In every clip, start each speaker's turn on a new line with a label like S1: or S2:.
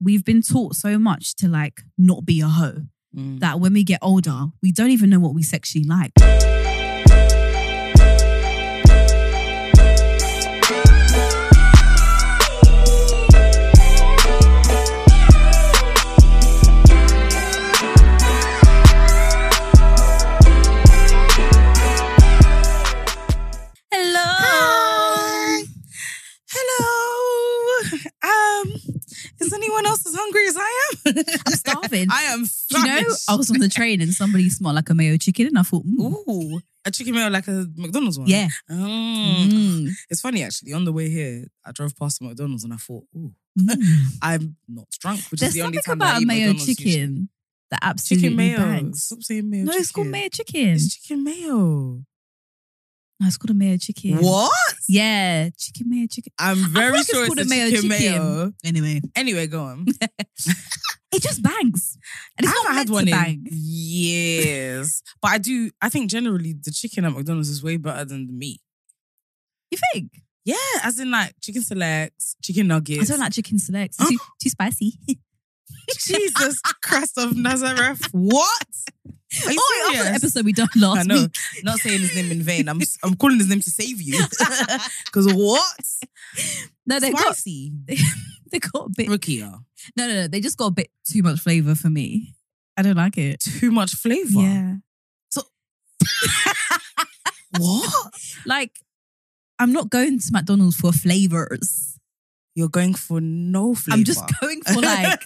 S1: We've been taught so much to like not be a hoe that when we get older, we don't even know what we sexually like. Hello.
S2: Hi. Hello. Um, is anyone else as hungry as I am?
S1: I'm starving.
S2: I am.
S1: Do you know, I was on the train and somebody smelled like a mayo chicken, and I thought, mm,
S2: Ooh, a chicken mayo like a McDonald's one.
S1: yeah,
S2: Mm.
S1: mm,
S2: It's funny actually. On the way here, I drove past a McDonald's and I thought, ooh,
S1: mm.
S2: I'm not drunk, which
S1: there's
S2: is the
S1: something
S2: only time that I
S1: about
S2: eat
S1: mayo
S2: McDonald's
S1: chicken
S2: usually.
S1: that absolutely
S2: Chicken mayo.
S1: bangs.
S2: Stop saying mayo.
S1: No,
S2: chicken.
S1: it's called mayo chicken.
S2: It's chicken mayo.
S1: No, it's called a mayo chicken.
S2: What?
S1: Yeah, chicken mayo chicken.
S2: I'm very
S1: it's
S2: sure it's,
S1: called
S2: a
S1: a mayo
S2: chicken,
S1: chicken.
S2: mayo.
S1: Anyway,
S2: Anyway, go on.
S1: it just bangs, and it's
S2: I
S1: not
S2: haven't
S1: meant
S2: had one
S1: to
S2: in
S1: bang.
S2: years, but I do. I think generally the chicken at McDonald's is way better than the meat.
S1: You think?
S2: Yeah, as in like chicken selects, chicken nuggets.
S1: I don't like chicken selects. It's too, too spicy.
S2: Jesus Christ of Nazareth. What? Are you
S1: oh, after the
S2: serious?
S1: episode we done last
S2: I know.
S1: week.
S2: Not saying his name in vain. I'm I'm calling his name to save you. Because what?
S1: No, they got
S2: Spicy.
S1: they got a bit.
S2: Rukia.
S1: No, no, no. They just got a bit too much flavor for me. I don't like it.
S2: Too much flavor.
S1: Yeah.
S2: What?
S1: Like, I'm not going to McDonald's for flavors.
S2: You're going for no flavor.
S1: I'm just going for like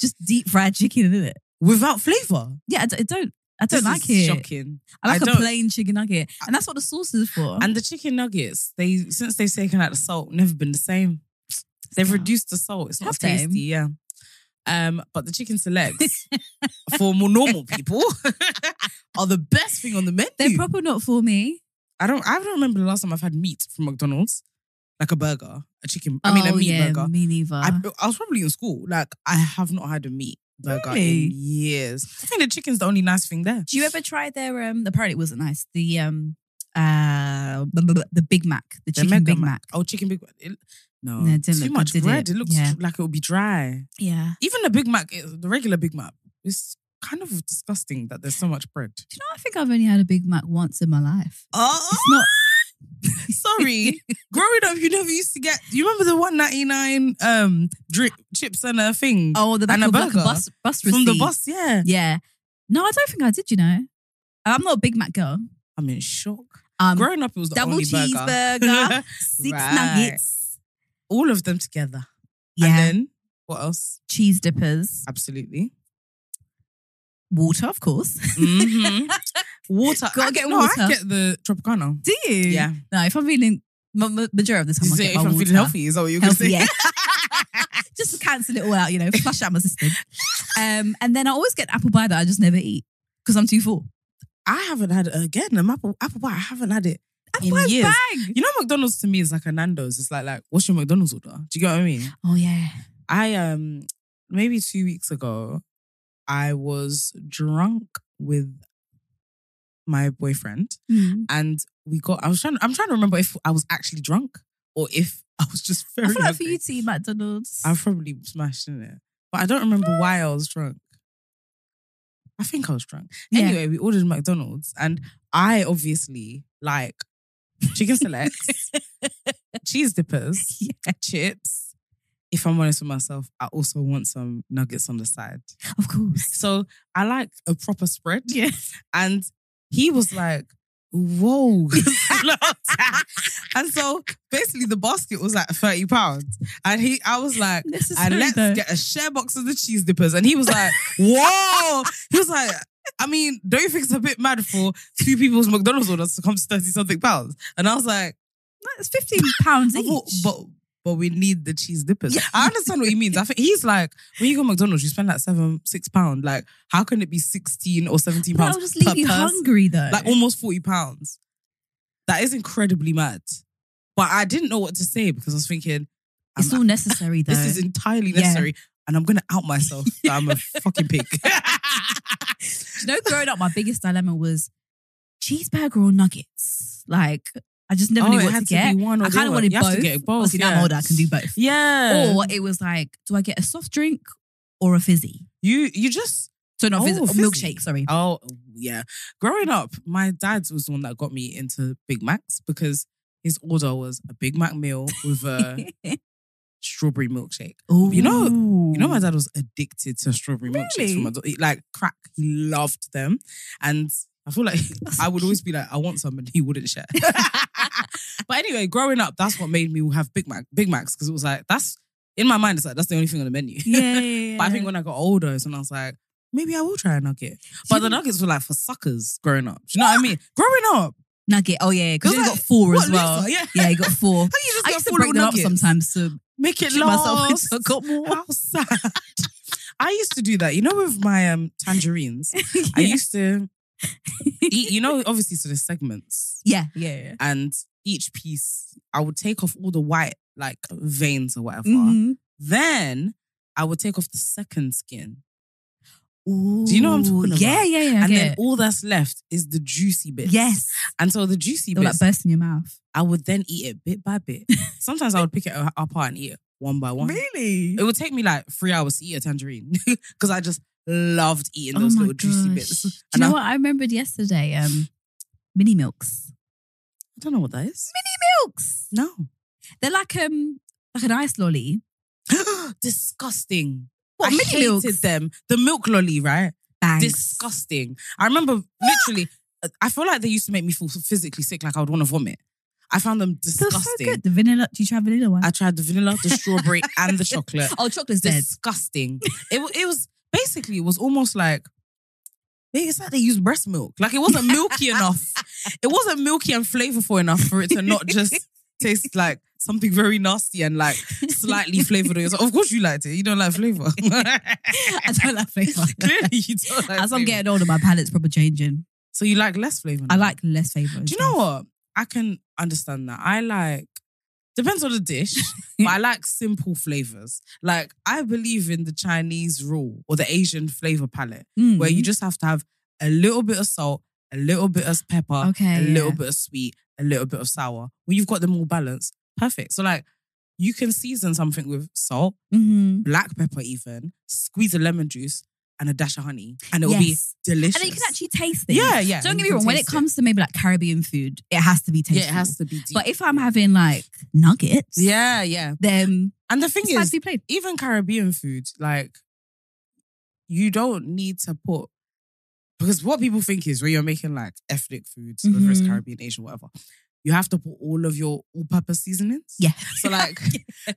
S1: just deep fried chicken, isn't it?
S2: without flavor.
S1: Yeah, I d- I don't. I don't
S2: This
S1: like
S2: is
S1: it.
S2: Shocking.
S1: I like
S2: I
S1: a
S2: don't-
S1: plain chicken nugget, and that's what the sauce is for.
S2: And the chicken nuggets, they since they've taken out the salt, never been the same. They've
S1: Yeah.
S2: reduced the salt. It's not
S1: Have
S2: as tasty,
S1: they?
S2: yeah. Um, but the chicken selects for more normal people are the best thing on the menu.
S1: They're probably not for me.
S2: I don't I don't remember the last time I've had meat from McDonald's. Like a burger. A chicken I mean a
S1: Oh,
S2: meat
S1: yeah,
S2: burger.
S1: Me neither.
S2: I, I was probably in school. Like I have not had a meat burger
S1: Really?
S2: in years. I think the chicken's the only nice thing there.
S1: Do you ever try their? Um, apparently, it wasn't nice. The um, uh, blah, blah, blah, the Big Mac, the
S2: The
S1: chicken
S2: Mega
S1: Big
S2: Mac.
S1: Mac.
S2: Oh, chicken Big Mac. It- no,
S1: No, it
S2: too
S1: didn't look
S2: much
S1: good, did
S2: bread.
S1: it?
S2: It, looks
S1: Yeah.
S2: like it would be dry.
S1: Yeah.
S2: Even the Big Mac, eh, the regular Big Mac, it's kind of disgusting that there's so much bread.
S1: Do you know? I think I've only had a Big Mac once in my life.
S2: Oh,
S1: It's not.
S2: sorry. Growing up, you never used to get. You remember the one ninety nine um drip chips and a thing
S1: Oh, the back
S2: And a
S1: of like a
S2: burger
S1: bus, bus
S2: from the
S1: receipt.
S2: bus? Yeah,
S1: Yeah. No, I don't think I did. You know, I'm not a Big Mac girl.
S2: I'm in shock.
S1: Um,
S2: Growing up, it was the
S1: double
S2: only
S1: cheeseburger, six
S2: Right.
S1: nuggets.
S2: all of them together.
S1: Yeah.
S2: And then what else?
S1: cheese dippers,
S2: Absolutely.
S1: water, of course.
S2: Mhm. water.
S1: Gotta
S2: I,
S1: get
S2: no,
S1: water.
S2: I get the Tropicana.
S1: Do you?
S2: Yeah.
S1: No, if I'm feeling ma- ma- majority of the time,
S2: You
S1: I
S2: say
S1: get
S2: if
S1: my
S2: I'm
S1: water.
S2: feeling healthy, is that what you're going to
S1: Healthy,
S2: say?
S1: yeah. Just to cancel it all out, you know, flush out my system. Um, and then I always get apple pie that I just never eat because I'm too full.
S2: I haven't had it again. An apple, apple pie. I haven't had it.
S1: Apple
S2: In
S1: pie's
S2: years.
S1: bang.
S2: You know, McDonald's to me is like a Nando's. It's like like what's your McDonald's order? Do you get what I mean?
S1: Oh yeah.
S2: I um maybe two weeks ago, I was drunk with my boyfriend, and we got. I was trying. I'm trying to remember if I was actually drunk or if I was just very.
S1: I feel like for
S2: hungry.
S1: you to eat McDonald's.
S2: I probably smashed in it. But I don't remember why I was drunk. I think I was drunk.
S1: Yeah.
S2: Anyway, we ordered McDonald's and I obviously like chicken selects, cheese dippers, chips. If I'm honest with myself, I also want some nuggets on the side.
S1: of course.
S2: So I like a proper spread.
S1: Yes.
S2: And he was like, whoa. slow down." and so basically the basket was like 30 pounds. And he I was like, and
S1: Necessary
S2: let's
S1: though.
S2: get a share box of the cheese dippers. And he was like, whoa. He was like, I mean, don't you think it's a bit mad for two people's McDonald's orders to come to 30 something pounds? And I was like,
S1: It's fifteen pounds
S2: I
S1: each.
S2: thought, but but we need the cheese dippers.
S1: Yeah.
S2: I understand what he means. I think he's like, when you go to McDonald's, you spend like seven, six pounds. Like, how can it be 16 or 17
S1: But
S2: pounds?
S1: I'll just
S2: per
S1: leave you
S2: person?
S1: hungry though.
S2: Like almost 40 pounds. That is incredibly mad. But I didn't know what to say because I was thinking,
S1: it's
S2: I'm-
S1: all necessary though.
S2: this is entirely
S1: Yeah.
S2: necessary. And I'm gonna out myself that I'm a fucking pig.
S1: Do you know, growing up, my biggest dilemma was cheeseburger or nuggets. Like, I just never
S2: Oh,
S1: knew
S2: it
S1: what to
S2: had
S1: get.
S2: be one or
S1: I
S2: the
S1: kind of
S2: other.
S1: wanted
S2: You have to
S1: both.
S2: get
S1: Obviously, now
S2: yeah.
S1: I'm older, I can do both.
S2: Yeah.
S1: Or it was like, do I get a soft drink or a fizzy?
S2: you you just
S1: So not
S2: Oh,
S1: fizzy, or
S2: fizzy.
S1: milkshake. Sorry.
S2: Oh, yeah. Growing up, my dad was the one that got me into Big Macs because his order was a Big Mac meal with a strawberry milkshake.
S1: Oh,
S2: Uh, you know- You know, my dad was addicted to strawberry milkshakes.
S1: Really?
S2: From my do- like crack, he loved them. And I feel like I would always be like, I want some, and he wouldn't share. but anyway, growing up, that's what made me have Big Mac, Big Macs, because it was like that's in my mind. It's like that's the only thing on the menu.
S1: Yeah, yeah, yeah.
S2: But I think when I got older, is when I was like, maybe I will try a nugget. But the nuggets were like for suckers growing up. Do you know what I mean? Growing up,
S1: nugget. Oh yeah, because
S2: It was
S1: you
S2: like,
S1: got four
S2: what
S1: as well.
S2: loser? Yeah.
S1: Yeah, you got four.
S2: how you just
S1: I
S2: got
S1: used to
S2: full
S1: break
S2: little
S1: them up
S2: nuggets?
S1: somyself to
S2: Make it
S1: shit myself
S2: last.
S1: into a cup more.
S2: How sad. I used to do that. You know, with my um tangerines, I
S1: yeah.
S2: used to eat. You know, obviously, so there's segments,
S1: yeah, yeah, yeah.
S2: and each piece, I would take off all the white like veins or whatever.
S1: Mhm.
S2: Then I would take off the second skin.
S1: Ooh,
S2: Do you know what I'm talking about?
S1: Mm-hmm. Yeah, yeah, yeah. I
S2: and
S1: get
S2: then
S1: it.
S2: all that's left is the juicy bits.
S1: yes,
S2: And so the juicy
S1: they'll
S2: bits,
S1: like burst in your mouth.
S2: I would then eat it bit by bit. Sometimes I would pick it up- apart and eat it one by one.
S1: Really?
S2: It would take me like three hours to eat a tangerine because I just loved eating
S1: Oh
S2: those
S1: my
S2: little juicy
S1: gosh.
S2: bits.
S1: Do you
S2: And
S1: know
S2: I-
S1: what I remembered yesterday? Um, mini milks.
S2: I don't know what that is.
S1: Milks.
S2: No.
S1: They're like um like an ice lolly.
S2: Disgusting.
S1: What,
S2: I
S1: mini
S2: hated
S1: milks?
S2: them. The milk lolly, right?
S1: Thanks.
S2: Disgusting. I remember literally, uh, I feel like they used to make me feel physically sick, like I would want to vomit. I found them
S1: They're
S2: disgusting.
S1: so good. The vanilla. Do you try vanilla one?
S2: I tried the vanilla, the strawberry, and the chocolate.
S1: oh, chocolate's dead.
S2: disgusting. it wa- it was basically it was almost like it's like they used breast milk. Like it wasn't milky enough. It wasn't milky and flavorful enough for it to not just taste like something very nasty and like slightly flavored. It's like, of course you liked it. You don't like flavor.
S1: I don't like flavor.
S2: Clearly you don't like
S1: As I'm
S2: flavor.
S1: getting older, my palate's probably changing.
S2: so you like less flavor.
S1: I
S2: now?
S1: like less flavor.
S2: Do you know what? I can understand that. I like depends on the dish, but I like simple flavors. Like I believe in the Chinese rule or the Asian flavor palette,
S1: Mm.
S2: where
S1: Mm-hmm.
S2: you just have to have a little bit of salt, a little bit of pepper,
S1: Okay,
S2: a little
S1: yeah.
S2: bit of sweet, a little bit of sour. When you've got them all balanced, perfect. So like you can season something with salt,
S1: Mm-hmm.
S2: black pepper, even squeeze a lemon juice and a dash of honey, and it will
S1: Yes.
S2: be delicious.
S1: And then you can actually taste things.
S2: yeah, yeah.
S1: Don't
S2: and
S1: get
S2: you
S1: me
S2: can
S1: wrong. When it
S2: taste
S1: comes to maybe like Caribbean food, it has to be tasty.
S2: yeah, it has to be. Deep.
S1: But if I'm having like nuggets,
S2: Yeah, yeah.
S1: then
S2: And the thing
S1: it's
S2: is,
S1: nicely played.
S2: even Caribbean food, like, you don't need to put, because what people think is when you're making like ethnic foods, whether it's
S1: Mhm.
S2: Caribbean, Asian, whatever, you have to put all of your all purpose seasonings.
S1: Yeah.
S2: So, like,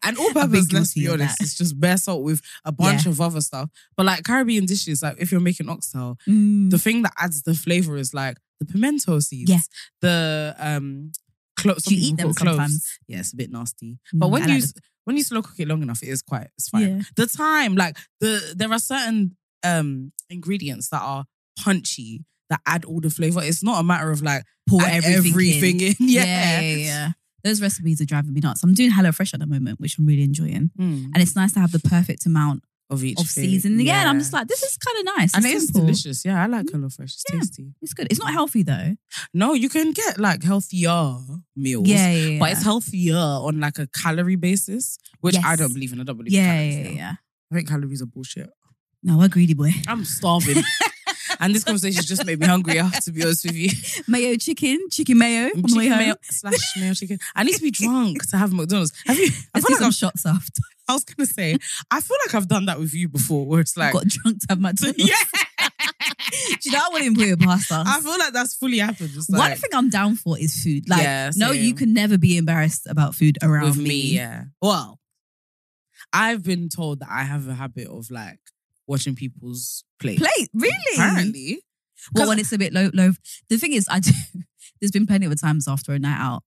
S2: and all
S1: I've been
S2: purpose, let's be
S1: guilty of
S2: honest,
S1: that.
S2: it's just bare salt with a bunch of other stuff. But like Caribbean dishes, like if you're making oxtail,
S1: Mm.
S2: the thing that adds the flavor is like the pimento seeds,
S1: Yeah.
S2: the um, clo- some
S1: Do you eat them
S2: people call it cloves.
S1: sometimes?
S2: Yeah, it's a bit nasty. But when
S1: Mm, I
S2: you
S1: like
S2: s- when you slow cook it long enough, it is quite it's fine.
S1: Yeah.
S2: The time, like the there are certain um ingredients that are punchy that add all the flavor. It's not a matter of like
S1: pour
S2: add
S1: everything,
S2: everything in.
S1: Yeah.
S2: Yeah.
S1: Yeah, yeah, Those recipes are driving me nuts. I'm doing HelloFresh at the moment, which I'm really enjoying,
S2: Mm,
S1: and it's nice to have the perfect amount
S2: of each
S1: of
S2: thing.
S1: season. Again, I'm
S2: Yeah.
S1: just like, this is kind of nice.
S2: and
S1: it's
S2: it is
S1: simple. Mm.
S2: delicious. Yeah, I like HelloFresh. It's
S1: Yeah.
S2: tasty.
S1: It's good. It's not healthy though.
S2: No, you can get like healthier meals.
S1: Yeah, yeah, yeah.
S2: But it's healthier on like a calorie basis, which I
S1: Yes.
S2: don't believe in. I don't believe
S1: yeah,
S2: in
S1: yeah,
S2: calories.
S1: yeah,
S2: yeah.
S1: yeah.
S2: I think calories are bullshit.
S1: No, we're greedy boy.
S2: I'm starving. and this conversation just made me hungry, I have to be honest with you.
S1: Mayo chicken, chicken mayo. on the way
S2: Chicken
S1: home.
S2: mayo slash mayo chicken. I need to be drunk to have McDonald's. Have you? I
S1: Let's
S2: feel
S1: do
S2: like
S1: some
S2: I've,
S1: shots after.
S2: I was gonna say. I feel like I've done that with you before, where it's like,
S1: Got drunk to have my dinner.
S2: yeah.
S1: Do you know I wouldn't put it past us?
S2: I feel like that's fully happened. It's
S1: One
S2: like,
S1: thing I'm down for is food. Like,
S2: Yeah,
S1: no, you
S2: same.
S1: can never be embarrassed about food around
S2: with me, yeah. Well, I've been told that I have a habit of like watching people's plate.
S1: Plate, really?
S2: Apparently,
S1: Well,
S2: Because-
S1: when it's a bit low, low. The thing is, I do. There's been plenty of times after a night out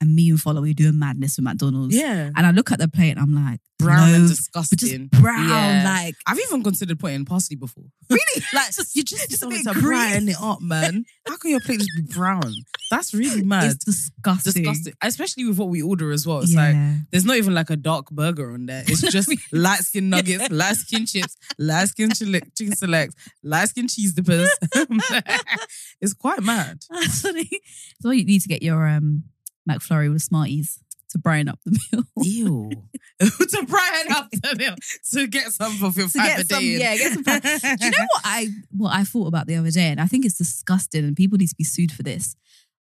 S1: and me and Follow, we were doing madness with McDonald's.
S2: Yeah.
S1: And I look at the plate and I'm like,
S2: Brown
S1: no,
S2: and
S1: but
S2: disgusting.
S1: just brown,
S2: Yeah.
S1: like
S2: I've even considered putting parsley before.
S1: really,
S2: Like
S1: just,
S2: you just, just
S1: a
S2: wanted
S1: bit
S2: to
S1: green.
S2: brighten it up, man. How can your plate just be brown? That's really mad.
S1: It's disgusting.
S2: disgusting. Especially with what we order as well. It's
S1: yeah.
S2: like there's not even like a dark burger on there. It's just light skin nuggets, light skin chips, light skin chili- chicken selects, light skin cheese dippers. it's quite mad.
S1: That's funny. So you need to get your um McFlurry with Smarties to brighten up the meal.
S2: Ew. to brighten up the meal. To get some for your
S1: To
S2: five a
S1: get
S2: day
S1: some,
S2: in.
S1: yeah, get some. Do you know what I what I thought about the other day, and I think it's disgusting, and people need to be sued for this.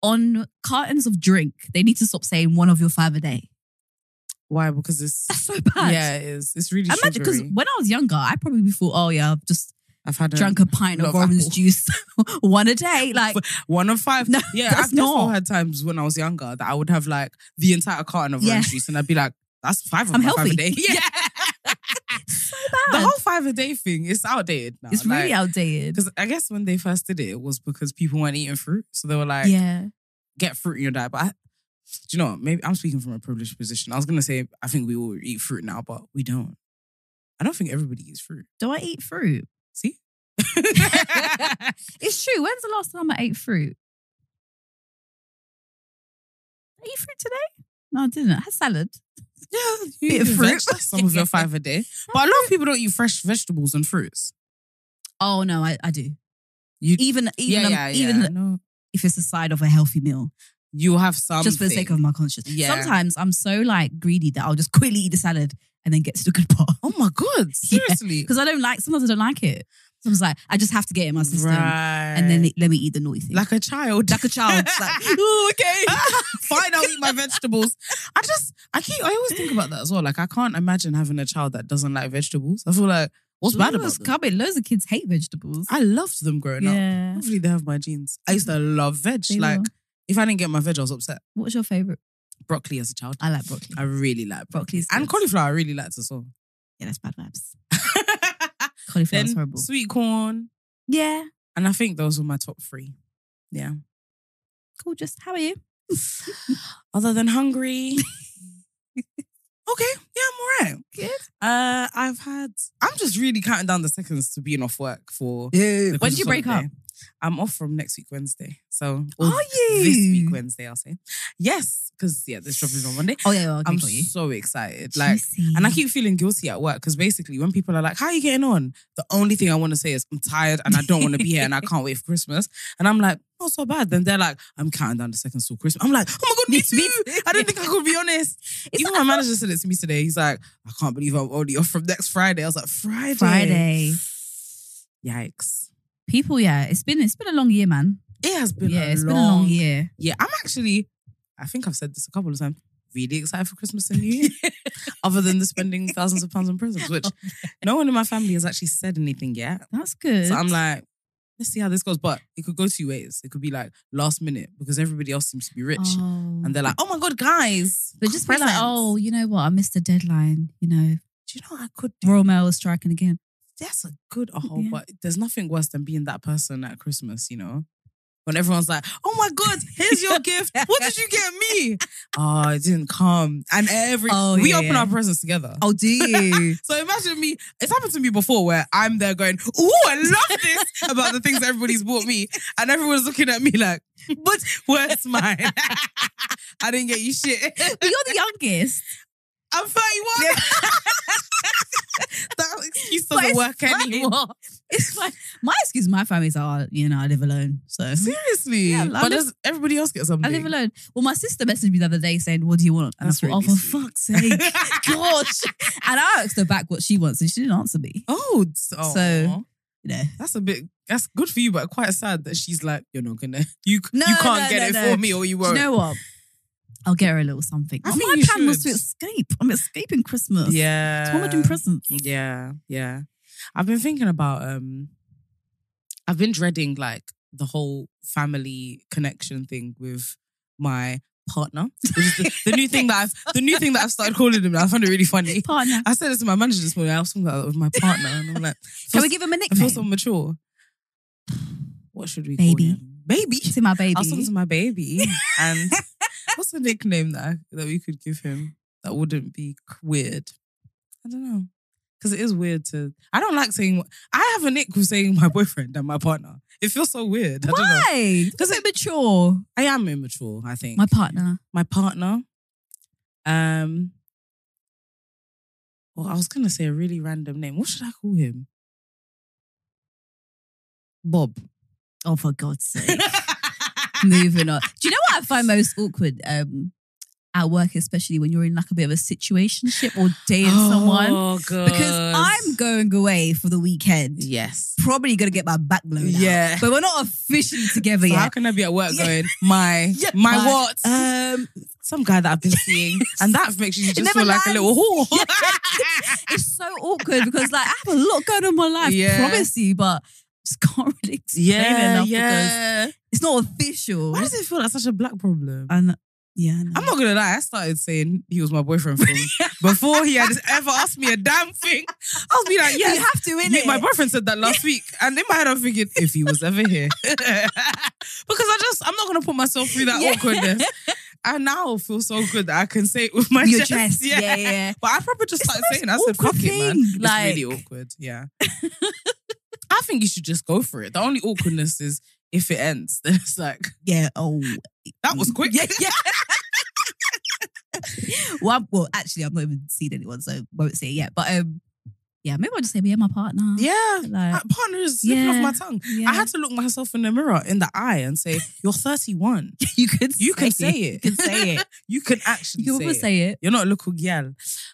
S1: On cartons of drink, they need to stop saying one of your five a day.
S2: Why? Because it's
S1: That's so bad.
S2: yeah, it is. It's really
S1: Imagine because
S2: sugary.
S1: when I was younger, I probably thought, oh yeah, I've just
S2: I've had a-
S1: drank a pint of
S2: love
S1: orange
S2: apple.
S1: juice one a day. Like,
S2: One of five.
S1: No,
S2: yeah,
S1: that's
S2: I've also
S1: not.
S2: had times when I was younger that I would have like the entire carton of
S1: Yeah.
S2: orange juice, and I'd be like, "That's five of
S1: I'm
S2: my five a
S1: healthy.
S2: day." Yeah, the
S1: bad.
S2: whole five a day thing is outdated now.
S1: it's really outdated.
S2: because I guess when they first did it, it was because people weren't eating fruit, so they were like,
S1: yeah.
S2: "Get fruit in your diet." But I, do you know? what? Maybe I'm speaking from a privileged position. I was gonna say I think we all eat fruit now, but we don't. I don't think everybody eats fruit.
S1: Do I eat fruit?
S2: See.
S1: It's true. When's the last time I ate fruit? I eat fruit today? No, I didn't. I had salad.
S2: Yeah, you
S1: Bit of
S2: eat
S1: fruit.
S2: veg, that's some of your five a day. But a lot of people don't eat fresh vegetables and fruits.
S1: Oh no, I, I do.
S2: You-
S1: even even
S2: yeah, yeah,
S1: even
S2: yeah. No,
S1: if it's the side of a healthy meal,
S2: you have some
S1: just for the sake of my conscience.
S2: Yeah.
S1: Sometimes I'm so like greedy that I'll just quickly eat the salad and then get to the good part
S2: Oh my god! Seriously,
S1: because I don't like. Sometimes I don't like it. Sometimes like I just have to get it in my system
S2: right?
S1: and then let me eat the naughty thing.
S2: like a child,
S1: Like a child, it's like,
S2: "Ooh, okay, fine, I'll eat my vegetables. I just, I keep, I always think about that as well. Like, I can't imagine having a child that doesn't like vegetables. I feel like what's bad
S1: Ooh,
S2: about
S1: it's
S2: them?
S1: coming. Loads of kids hate vegetables.
S2: I loved them growing up.
S1: yeah.
S2: Hopefully, they have my genes. I used to love veg.
S1: They
S2: like,
S1: will.
S2: if I didn't get my veg, I was upset.
S1: What's your favorite?
S2: Broccoli as a child,
S1: I like broccoli.
S2: I really like broccoli.
S1: Broccoli's
S2: And
S1: good.
S2: cauliflower, I really liked as well.
S1: Yeah, that's bad vibes. Cauliflower's
S2: then
S1: horrible.
S2: sweet corn.
S1: Yeah.
S2: And I think those were my top three. Yeah.
S1: Cool. Just how are you?
S2: Other than hungry. okay. Yeah, I'm all right.
S1: Good.
S2: Uh, I've had, I'm just really counting down the seconds to being off work for. the
S1: When did you
S2: Christmas
S1: break
S2: holiday.
S1: up?
S2: I'm off from next week, Wednesday. So, or
S1: Are you?
S2: This week, Wednesday, I'll say. Yes. Because, yeah, this job is on Monday.
S1: Oh yeah, well, okay,
S2: I'm
S1: got you.
S2: so excited. Like,
S1: Juicy.
S2: And I keep feeling guilty at work because basically, when people are like, How are you getting on? The only thing I want to say is, I'm tired and I don't want to be here and I can't wait for Christmas. And I'm like, Not so bad. Then they're like, I'm counting down the seconds till Christmas. I'm like, Oh my God, me too. I don't think I could be honest. Even my manager said it to me today. He's like, I can't believe I'm already off from next Friday. I was like, Friday.
S1: Friday.
S2: Yikes.
S1: People, yeah, it's been it's been a long year, man.
S2: It has been,
S1: yeah,
S2: a,
S1: it's
S2: long,
S1: been a long year.
S2: Yeah, I'm actually, I think I've said this a couple of times, really excited for Christmas and New Year, other than the spending thousands of pounds on presents, which no one in my family has actually said anything yet.
S1: That's good.
S2: So I'm like, let's see how this goes. But it could go two ways. It could be like last minute because everybody else seems to be rich.
S1: Oh.
S2: And they're like, oh my God, guys.
S1: but just be like,
S2: presents."
S1: oh, you know what? I missed the deadline. You know,
S2: do you know what I could do?
S1: Royal Mail is striking again.
S2: That's a good a
S1: Yeah.
S2: but there's nothing worse than being that person at Christmas, you know? When everyone's like, oh my God, here's your gift. What did you get me? Oh, it didn't come. And every,
S1: Oh,
S2: we
S1: yeah,
S2: open
S1: yeah.
S2: our presents together.
S1: Oh, do you?
S2: So imagine me, it's happened to me before where I'm there going, Ooh, I love this about the things everybody's bought me. And everyone's looking at me like, But where's mine? I didn't get you shit.
S1: but you're the youngest.
S2: I'm 31. that excuse
S1: But
S2: doesn't
S1: it's
S2: work
S1: fine.
S2: anymore.
S1: It's like my excuse. My family's like, oh, you know, I live alone, so
S2: Seriously.
S1: Yeah, I
S2: but
S1: live-
S2: does everybody else get something?
S1: I live alone. Well, my sister messaged me the other day saying, "What do you want?" And
S2: That's
S1: I thought,
S2: really
S1: "Oh,
S2: sweet.
S1: for fuck's sake, gosh!" And I asked her back what she wants, and she didn't answer me.
S2: Oh, so
S1: So- You know,
S2: that's a bit that's good for you, but quite sad that she's like, you're not gonna you
S1: No,
S2: you can't
S1: no,
S2: get
S1: no,
S2: it
S1: no.
S2: for me or you
S1: do you
S2: won't.
S1: know what? I'll get her a little something.
S2: I
S1: Oh,
S2: think
S1: my
S2: you
S1: plan was to
S2: should.
S1: escape. I'm escaping Christmas.
S2: yeah.
S1: So what am I doing presents?
S2: Yeah, yeah. I've been thinking about um I've been dreading like the whole family connection thing with my partner, which is the, the new thing that I've the new thing that I've started calling him. I found it really funny.
S1: Partner.
S2: I said this to my manager this morning. I was talking about that with my partner, and I'm like,
S1: Can
S2: feel-
S1: we give him a
S2: I
S1: nickname?
S2: feel so mature. What should we
S1: Baby.
S2: call him? Baby.
S1: to my baby.
S2: I was talking to my baby, and What's the nickname that that we could give him that wouldn't be c- weird? I don't know. Because it is weird to. I don't like saying. I have a nick with saying my boyfriend and my partner. It feels so weird. I don't know.
S1: Why? Because it mature.
S2: I am immature. I think
S1: My partner.
S2: my partner. Um. Well, I was gonna say a really random name. What should I call him? Bob.
S1: Oh, for God's sake. Moving on. Do you know what I find most awkward um, at work, especially when you're in like a bit of a situationship or dating someone?
S2: Oh god.
S1: Because I'm going away for the weekend.
S2: yes.
S1: Probably gonna get my back blown out.
S2: Yeah.
S1: But we're not officially together
S2: So how
S1: yet.
S2: can I be at work
S1: Yeah.
S2: going my
S1: Yeah,
S2: my
S1: my-
S2: what?
S1: Um,
S2: Some guy that I've been seeing, and that makes you just
S1: never
S2: feel like a
S1: lies.
S2: little whore.
S1: it's so awkward because like I have a lot going on in my life,
S2: Yeah.
S1: promise you, but just can't really explain enough because it's not official.
S2: Why does it feel like such a black problem?
S1: And yeah, I know.
S2: I'm not gonna lie, I started saying he was my boyfriend from before he had ever asked me a damn thing. I'll be like,
S1: you
S2: yes.
S1: have to in
S2: you-
S1: it.
S2: my boyfriend said that last week, and in my head I'm thinking if he was ever here, because I just I'm not gonna put myself through that
S1: Yeah.
S2: awkwardness. I now feel so good that I can say it with my
S1: Your
S2: chest.
S1: chest, yeah, yeah. yeah.
S2: But I probably just
S1: It's
S2: started
S1: the most
S2: saying, I said,
S1: awkward
S2: fuck it, man.
S1: thing, like-
S2: It's really awkward. Yeah. I think you should just go for it. The only awkwardness is if it ends, then it's like,
S1: Yeah. Oh,
S2: that was quick.
S1: Yeah, yeah. well, I'm- well, actually, I've not even seen anyone, so won't say it yet. But um, yeah, maybe I'll just say, yeah, my partner.
S2: Yeah.
S1: Like,
S2: That partner is slipping
S1: Yeah.
S2: off my tongue.
S1: yeah.
S2: I had to look myself in the mirror, in the eye, and say, You're 31.
S1: you could.
S2: You can say it.
S1: You can say it.
S2: You can actually
S1: You can
S2: say,
S1: always
S2: it.
S1: say it.
S2: You're not a local girl.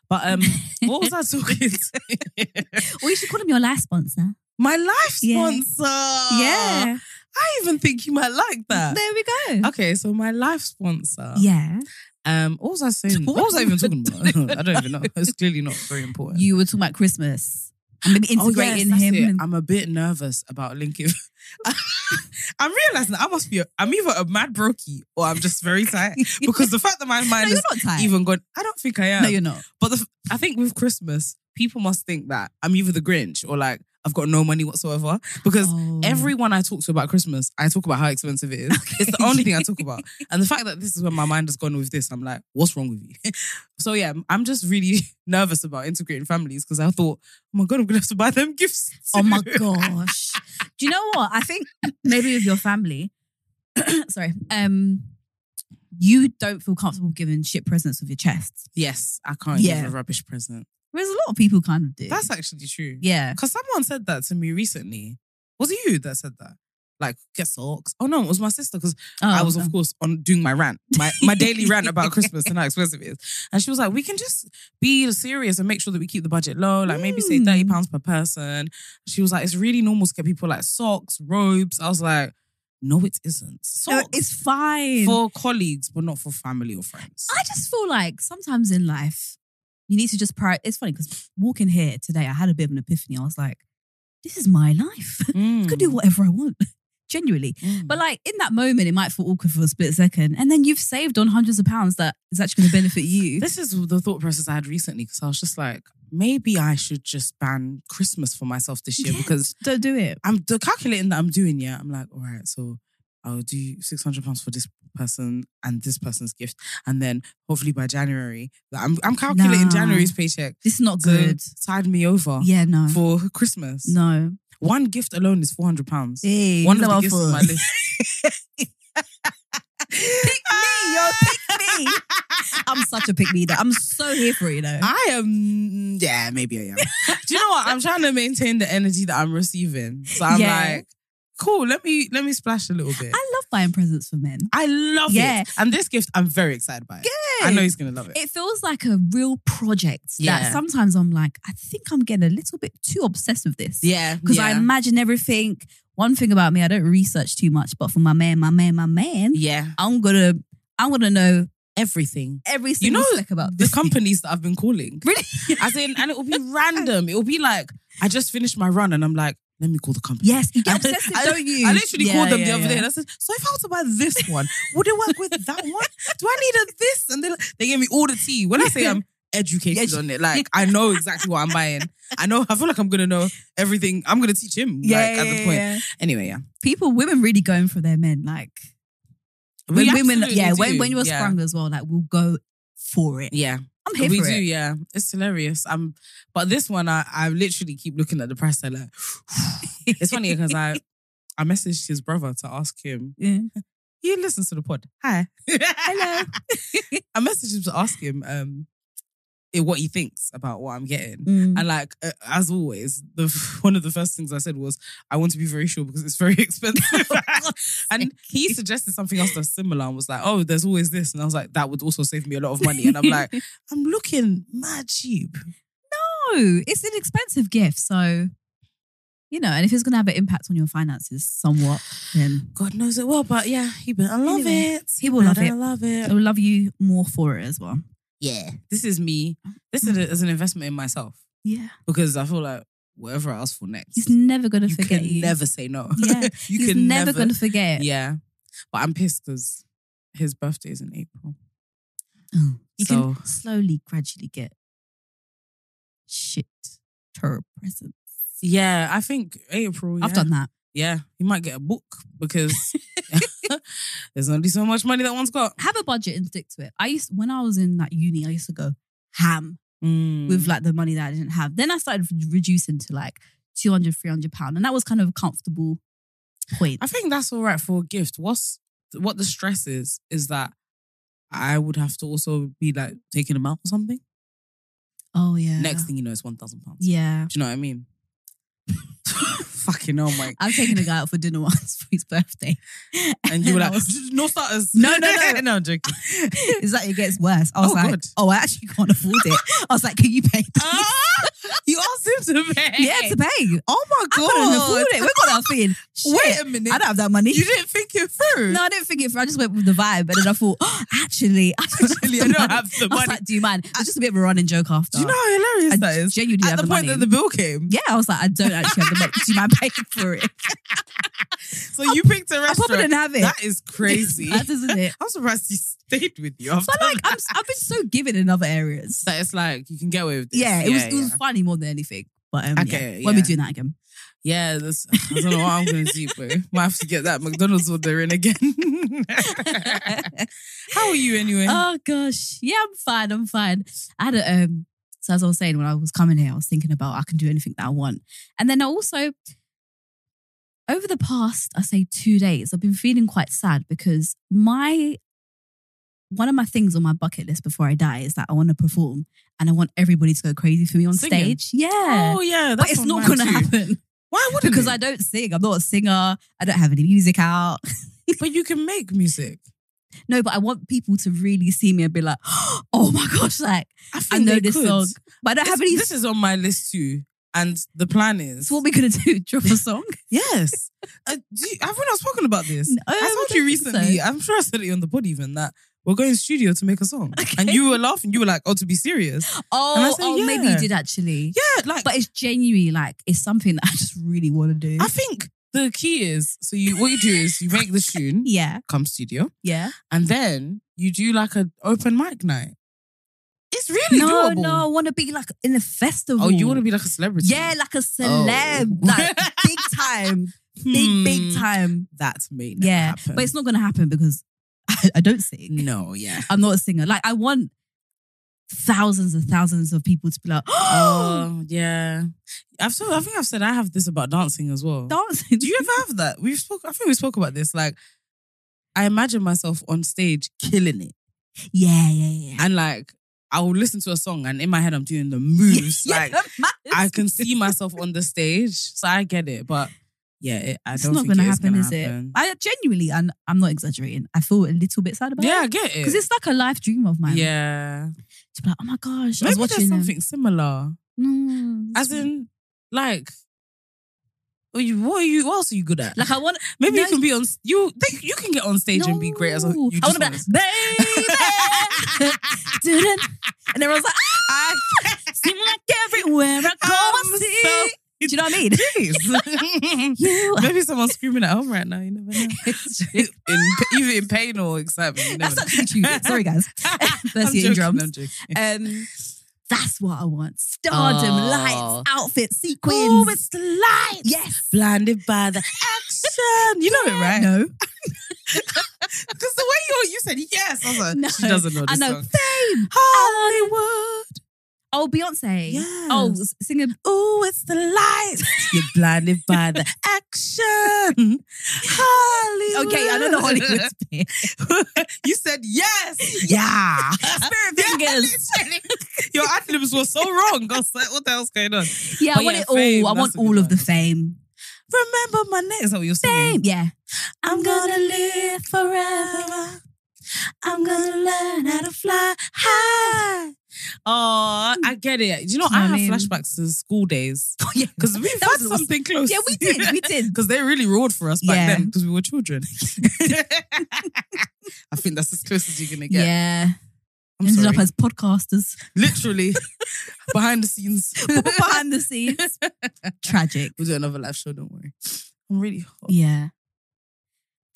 S2: But um, what was I talking to?
S1: Or you should call him your life sponsor.
S2: my life
S1: Yeah.
S2: sponsor. I even think you might like that.
S1: There we go.
S2: Okay, so my life sponsor.
S1: Yeah.
S2: Um, what was I saying? What was I even talking about? I don't even know. It's clearly not very important.
S1: You were talking about Christmas. And maybe
S2: Oh, yes,
S1: integrating
S2: that's
S1: him.
S2: it.
S1: and-
S2: I'm a bit nervous about linking. I'm realizing I must be. A, I'm either a mad brokey or I'm just very tired because the fact that my
S1: no,
S2: mind
S1: you're
S2: is
S1: not tired.
S2: even gone. I don't think I am.
S1: No, you're not.
S2: but the, f- I think with Christmas, people must think that I'm either the Grinch or like I've got no money whatsoever because
S1: Oh.
S2: Everyone I talk to about Christmas, I talk about how expensive it is. It's the only thing I talk about. And the fact that this is where my mind has gone with this, I'm like, what's wrong with you? so yeah, I'm just really nervous about integrating families because I thought, oh my God, I'm going to have to buy them gifts.
S1: Oh my
S2: too.
S1: gosh. Do you know what? I think maybe with your family, sorry, um, you don't feel comfortable giving shit presents with your chest.
S2: Yes, I can't
S1: Yeah.
S2: give a rubbish present.
S1: Whereas a lot of people kind of do.
S2: That's actually true.
S1: yeah.
S2: Because someone said that to me recently. Was it you that said that? Like, get socks. Oh no, it was my sister because
S1: Oh,
S2: I was,
S1: oh.
S2: of course, on doing my rant, my, my daily rant about Christmas and how expensive it is. And she was like, we can just be serious and make sure that we keep the budget low, like maybe say
S1: Mm.
S2: £30 per person. She was like, it's really normal to get people like socks, robes. I was like, no, it isn't.
S1: No,
S2: Socks
S1: it's fine.
S2: for colleagues, but not for family or friends.
S1: I just feel like sometimes in life, you need to just prior. It's funny because walking here today, I had a bit of an epiphany. I was like, this is my life.
S2: Hmm.
S1: I could do whatever I want, genuinely. But like in that moment, it might feel awkward for a split second. And then you've saved on hundreds of pounds that is actually going to benefit you.
S2: This is the thought process I had recently because I was just like, maybe I should just ban Christmas for myself this year
S1: Yeah.
S2: because
S1: Don't do it.
S2: I'm the calculating that I'm doing. Yeah, I'm like, all right, so I'll do six hundred pounds for this person and this person's gift, and then hopefully by January, like, I'm I'm calculating
S1: Nah.
S2: January's paycheck.
S1: This is not
S2: to
S1: good.
S2: Tide me over
S1: Yeah, no.
S2: for Christmas.
S1: No.
S2: One gift alone is four hundred pounds.
S1: Hey,
S2: One of
S1: no
S2: the gifts on my
S1: offers.
S2: list.
S1: me, yo, pick me. I'm such a pick me that I'm so here for it, you know.
S2: I am, mm, yeah, maybe I am. Do you know what? I'm trying to maintain the energy that I'm receiving, so I'm
S1: Yeah.
S2: like, cool. Let me let me splash a little bit.
S1: I love buying presents for men.
S2: I love
S1: Yeah.
S2: it, and this gift I'm very excited by. it. I know he's gonna love it.
S1: It feels like a real project that
S2: Yeah.
S1: sometimes I'm like, I think I'm getting a little bit too obsessed with this.
S2: Yeah,
S1: Because I imagine everything. One thing about me, I don't research too much, but for my man, my man, my man,
S2: yeah
S1: I'm gonna I'm gonna know
S2: everything.
S1: every
S2: You
S1: single
S2: know
S1: sec about
S2: the
S1: this.
S2: companies that I've been calling.
S1: Really?
S2: As in, and it will be random. It will be like I just finished my run and I'm like, let me call the company.
S1: Yes, you get
S2: I-
S1: obsessive,
S2: I-
S1: don't you?
S2: I literally
S1: Yeah,
S2: called them
S1: yeah,
S2: the other day
S1: yeah.
S2: and I said, so if I were to buy this one, would it work with that one? Do I need a this? And they they gave me all the tea. When I say I'm educated
S1: Edu-
S2: on it, like I know exactly what I'm buying. I know. I feel like I'm gonna know everything. I'm gonna teach him. like, at the point. Anyway, yeah.
S1: People, women really going for their men. Like When
S2: We
S1: women,
S2: absolutely
S1: yeah,
S2: do,
S1: when, when you're
S2: yeah.
S1: sprung as well, like we'll go for it.
S2: Yeah,
S1: I'm here
S2: we
S1: for
S2: do.
S1: it.
S2: Yeah, it's hilarious. Um, but this one, I, I literally keep looking at the price tag. Like, it's funny because I, I messaged his brother to ask him.
S1: Yeah.
S2: He listens to the pod. Hi, hello. I messaged him to ask him um, eh, what he thinks about what I'm getting.
S1: Mm.
S2: And like uh, as always, the one of the first things I said was, "I want to be very sure because it's very expensive." and he suggested something else that's similar and was like, "Oh, there's always this," and I was like, "That would also save me a lot of money." And I'm like, "I'm looking mad cheap."
S1: no, it's an expensive gift. So, you know, and if it's going to have an impact on your finances somewhat, then
S2: God knows it well, but yeah, he been. I love
S1: Anyway,
S2: it.
S1: he will love
S2: I
S1: it.
S2: love
S1: I
S2: it.
S1: will love you more for it as well.
S2: Yeah, this is me. This is, a, is an investment in myself
S1: Yeah.
S2: because I feel like whatever I ask for next,
S1: He's never going to
S2: you
S1: forget
S2: can
S1: you.
S2: never say no.
S1: Yeah.
S2: you
S1: He's
S2: can
S1: never,
S2: never
S1: going to forget.
S2: Yeah. But I'm pissed because his birthday is in April.
S1: Oh. You
S2: So-
S1: can slowly, gradually get shit her presents.
S2: Yeah, I think April.
S1: I've
S2: yeah.
S1: done that.
S2: Yeah, you might get a book because there's only so much money that one's got.
S1: Have a budget and stick to it. I used when I was in like uni, I used to go ham with
S2: With
S1: like the money that I didn't have. Then I started reducing to like 200, 300 pounds. And that was kind of a comfortable point.
S2: I think that's all right for a gift. What's what the stress is is that I would have to also be like taking them out or something.
S1: oh yeah.
S2: Next thing you know, it's one thousand pounds.
S1: Yeah.
S2: Do you know what I mean? Fucking oh my!
S1: I've taken a guy out for dinner once for his birthday.
S2: and you were
S1: I
S2: like,
S1: was-
S2: no starters.
S1: No, no, no.
S2: no, I'm joking.
S1: it's like it gets worse. I was
S2: Oh,
S1: like,
S2: God.
S1: oh, I actually can't afford it. I was like, can you pay?
S2: Ah, you asked him to pay.
S1: Yeah, to pay.
S2: Oh my
S1: I couldn't afford it. We got that thing. Shit,
S2: Wait a minute.
S1: I don't have that money.
S2: you didn't think it through.
S1: No, I didn't think it. I just went with the vibe, and then I thought, oh, actually, I don't
S2: Actually, I
S1: have the
S2: don't
S1: money.
S2: have the
S1: I was
S2: money.
S1: like, do you mind? It's just a bit of a running joke after.
S2: Do you know how hilarious
S1: I
S2: that is?
S1: genuinely
S2: At
S1: have
S2: the,
S1: the,
S2: point
S1: money.
S2: that the bill came,
S1: yeah, I was like, I don't actually have the money. Do you mind paying for it?
S2: so you picked a
S1: I probably
S2: restaurant.
S1: didn't have it.
S2: That is crazy.
S1: that isn't it.
S2: I'm surprised he stayed with you. After
S1: But like,
S2: that.
S1: I'm, I've been so giving in other areas.
S2: that it's like you can get away with this.
S1: yeah, it was it was
S2: yeah.
S1: funny more than anything. But um,
S2: I
S1: yeah,
S2: get it,
S1: when we
S2: yeah.
S1: do that again,
S2: Yeah, that's, I don't know what I'm going to do, bro. Might have to get that McDonald's order in again. how are you anyway?
S1: Oh gosh, yeah, I'm fine. I'm fine. I had a um. So as I was saying, when I was coming here, I was thinking about I can do anything that I want, and then I also over the past, I say two days, I've been feeling quite sad because my one of my things on my bucket list before I die is that I want to perform and I want everybody to go crazy for me on
S2: Singing?
S1: stage. Yeah,
S2: Oh, yeah,
S1: but
S2: that's
S1: it's
S2: on
S1: not
S2: mine
S1: going to
S2: too.
S1: happen
S2: Why would
S1: because I don't sing. I'm not a singer. I don't have any music out.
S2: But you can make music.
S1: No, but I want people to really see me and be like, oh my gosh, like.
S2: I,
S1: I
S2: think
S1: know
S2: they
S1: this
S2: could.
S1: song, but I don't
S2: This,
S1: have any.
S2: this is on my list too, and the plan is
S1: That's what we're gonna do. Drop a song.
S2: Yes. Uh, do you, have we not spoken about this?
S1: No,
S2: I
S1: um, I
S2: told
S1: don't
S2: you
S1: think so.
S2: recently, I'm sure I said it on the pod even, that we're going studio to make a song. And you were laughing. You were like, oh, to be serious. And I
S1: Oh,
S2: said,
S1: oh, maybe
S2: yeah.
S1: you did actually.
S2: Yeah, like,
S1: But it's genuinely like it's something that I just really want to do.
S2: I think the key is, so you what you do is you make the tune,
S1: yeah,
S2: come studio,
S1: yeah.
S2: and then you do like an open mic night. It's really
S1: No,
S2: doable.
S1: no, I want to be like in a festival.
S2: Oh, you want to be like a celebrity?
S1: Yeah, like a celeb,
S2: Oh.
S1: like big time, big big
S2: Hmm,
S1: time.
S2: That may not
S1: Yeah,
S2: happen.
S1: but it's not gonna happen because I, I don't sing.
S2: No, yeah.
S1: I'm not a singer. Like I want thousands and thousands of people to be like, oh,
S2: Oh, yeah. I've so, I think I've said I have this about dancing as well.
S1: dancing.
S2: Do you ever have that? We've spoke. I think we spoke about this. Like, I imagine myself on stage killing it,
S1: Yeah, yeah, yeah.
S2: and like I will listen to a song, and in my head I'm doing the moves. Like I can see myself on the stage, so I get it. But yeah, it, I
S1: it's
S2: don't
S1: not
S2: think
S1: going to
S2: it is
S1: happen,
S2: gonna
S1: is it?
S2: happen.
S1: I genuinely, and I'm not exaggerating. I feel a little bit sad about
S2: yeah, I
S1: it
S2: get
S1: because
S2: it.
S1: it's like a life dream of mine.
S2: Yeah,
S1: to be like, oh my gosh, I
S2: maybe
S1: was
S2: there's
S1: watching um, him.
S2: something similar.
S1: Mm,
S2: As in, like, what are you? What, are you, what else are you good at?
S1: like I want
S2: Maybe
S1: No.
S2: you can be on you. Think you can get on stage and be great as a.
S1: No.
S2: You
S1: I
S2: just
S1: want to
S2: wanna-
S1: be like, baby, didn't, and everyone's like, ah, seem like everywhere I go, I
S2: I'm
S1: see.
S2: so-
S1: Do you know what I mean?
S2: Jeez.
S1: You.
S2: Maybe someone's screaming at home right now. You never know. in, either in pain or excitement. You never
S1: That's
S2: know.
S1: actually true. Sorry, guys. Bless
S2: I'm
S1: you,
S2: joking,
S1: drums.
S2: I'm joking.
S1: Um, that's what I want. Stardom,
S2: Oh.
S1: lights, outfits, sequins.
S2: Ooh, it's the lights.
S1: yes.
S2: Blinded by the action. You know it, right?
S1: No.
S2: Because the way you you said yes, I was like,
S1: No,
S2: she doesn't know
S1: I
S2: this
S1: know.
S2: song.
S1: Fame.
S2: Hollywood.
S1: Oh, Beyonce.
S2: Yes.
S1: Oh, s- singer.
S2: Ooh, it's the lights. You're blinded by the action. Hollywood.
S1: Okay, I don't know Hollywood spirit.
S2: you said yes. Yeah.
S1: Spirit
S2: Yeah,
S1: fingers.
S2: literally. Your ad libs were so wrong. I was like, what the hell's going on?
S1: Yeah, I
S2: But
S1: want
S2: Oh, yeah,
S1: it all.
S2: fame,
S1: I
S2: that's
S1: want
S2: a good
S1: all of the
S2: one.
S1: fame.
S2: Remember my name. Is that what you're saying?
S1: Fame. Yeah.
S2: I'm gonna live forever. I'm gonna learn how to fly high. Oh, I get it. Do you know,
S1: Do you know
S2: I
S1: what
S2: have
S1: I mean?
S2: flashbacks to school days
S1: Oh, yeah.
S2: because we've
S1: That
S2: had
S1: was-
S2: something close.
S1: Yeah, we did. We did.
S2: Because they really roared for us back
S1: Yeah.
S2: then because we were children. I think that's as close as you're gonna get.
S1: Yeah.
S2: I'm
S1: Ended
S2: sorry.
S1: up as podcasters.
S2: Literally behind the scenes.
S1: Behind the scenes. Tragic.
S2: We'll do another live show, don't worry. I'm really hot.
S1: Yeah.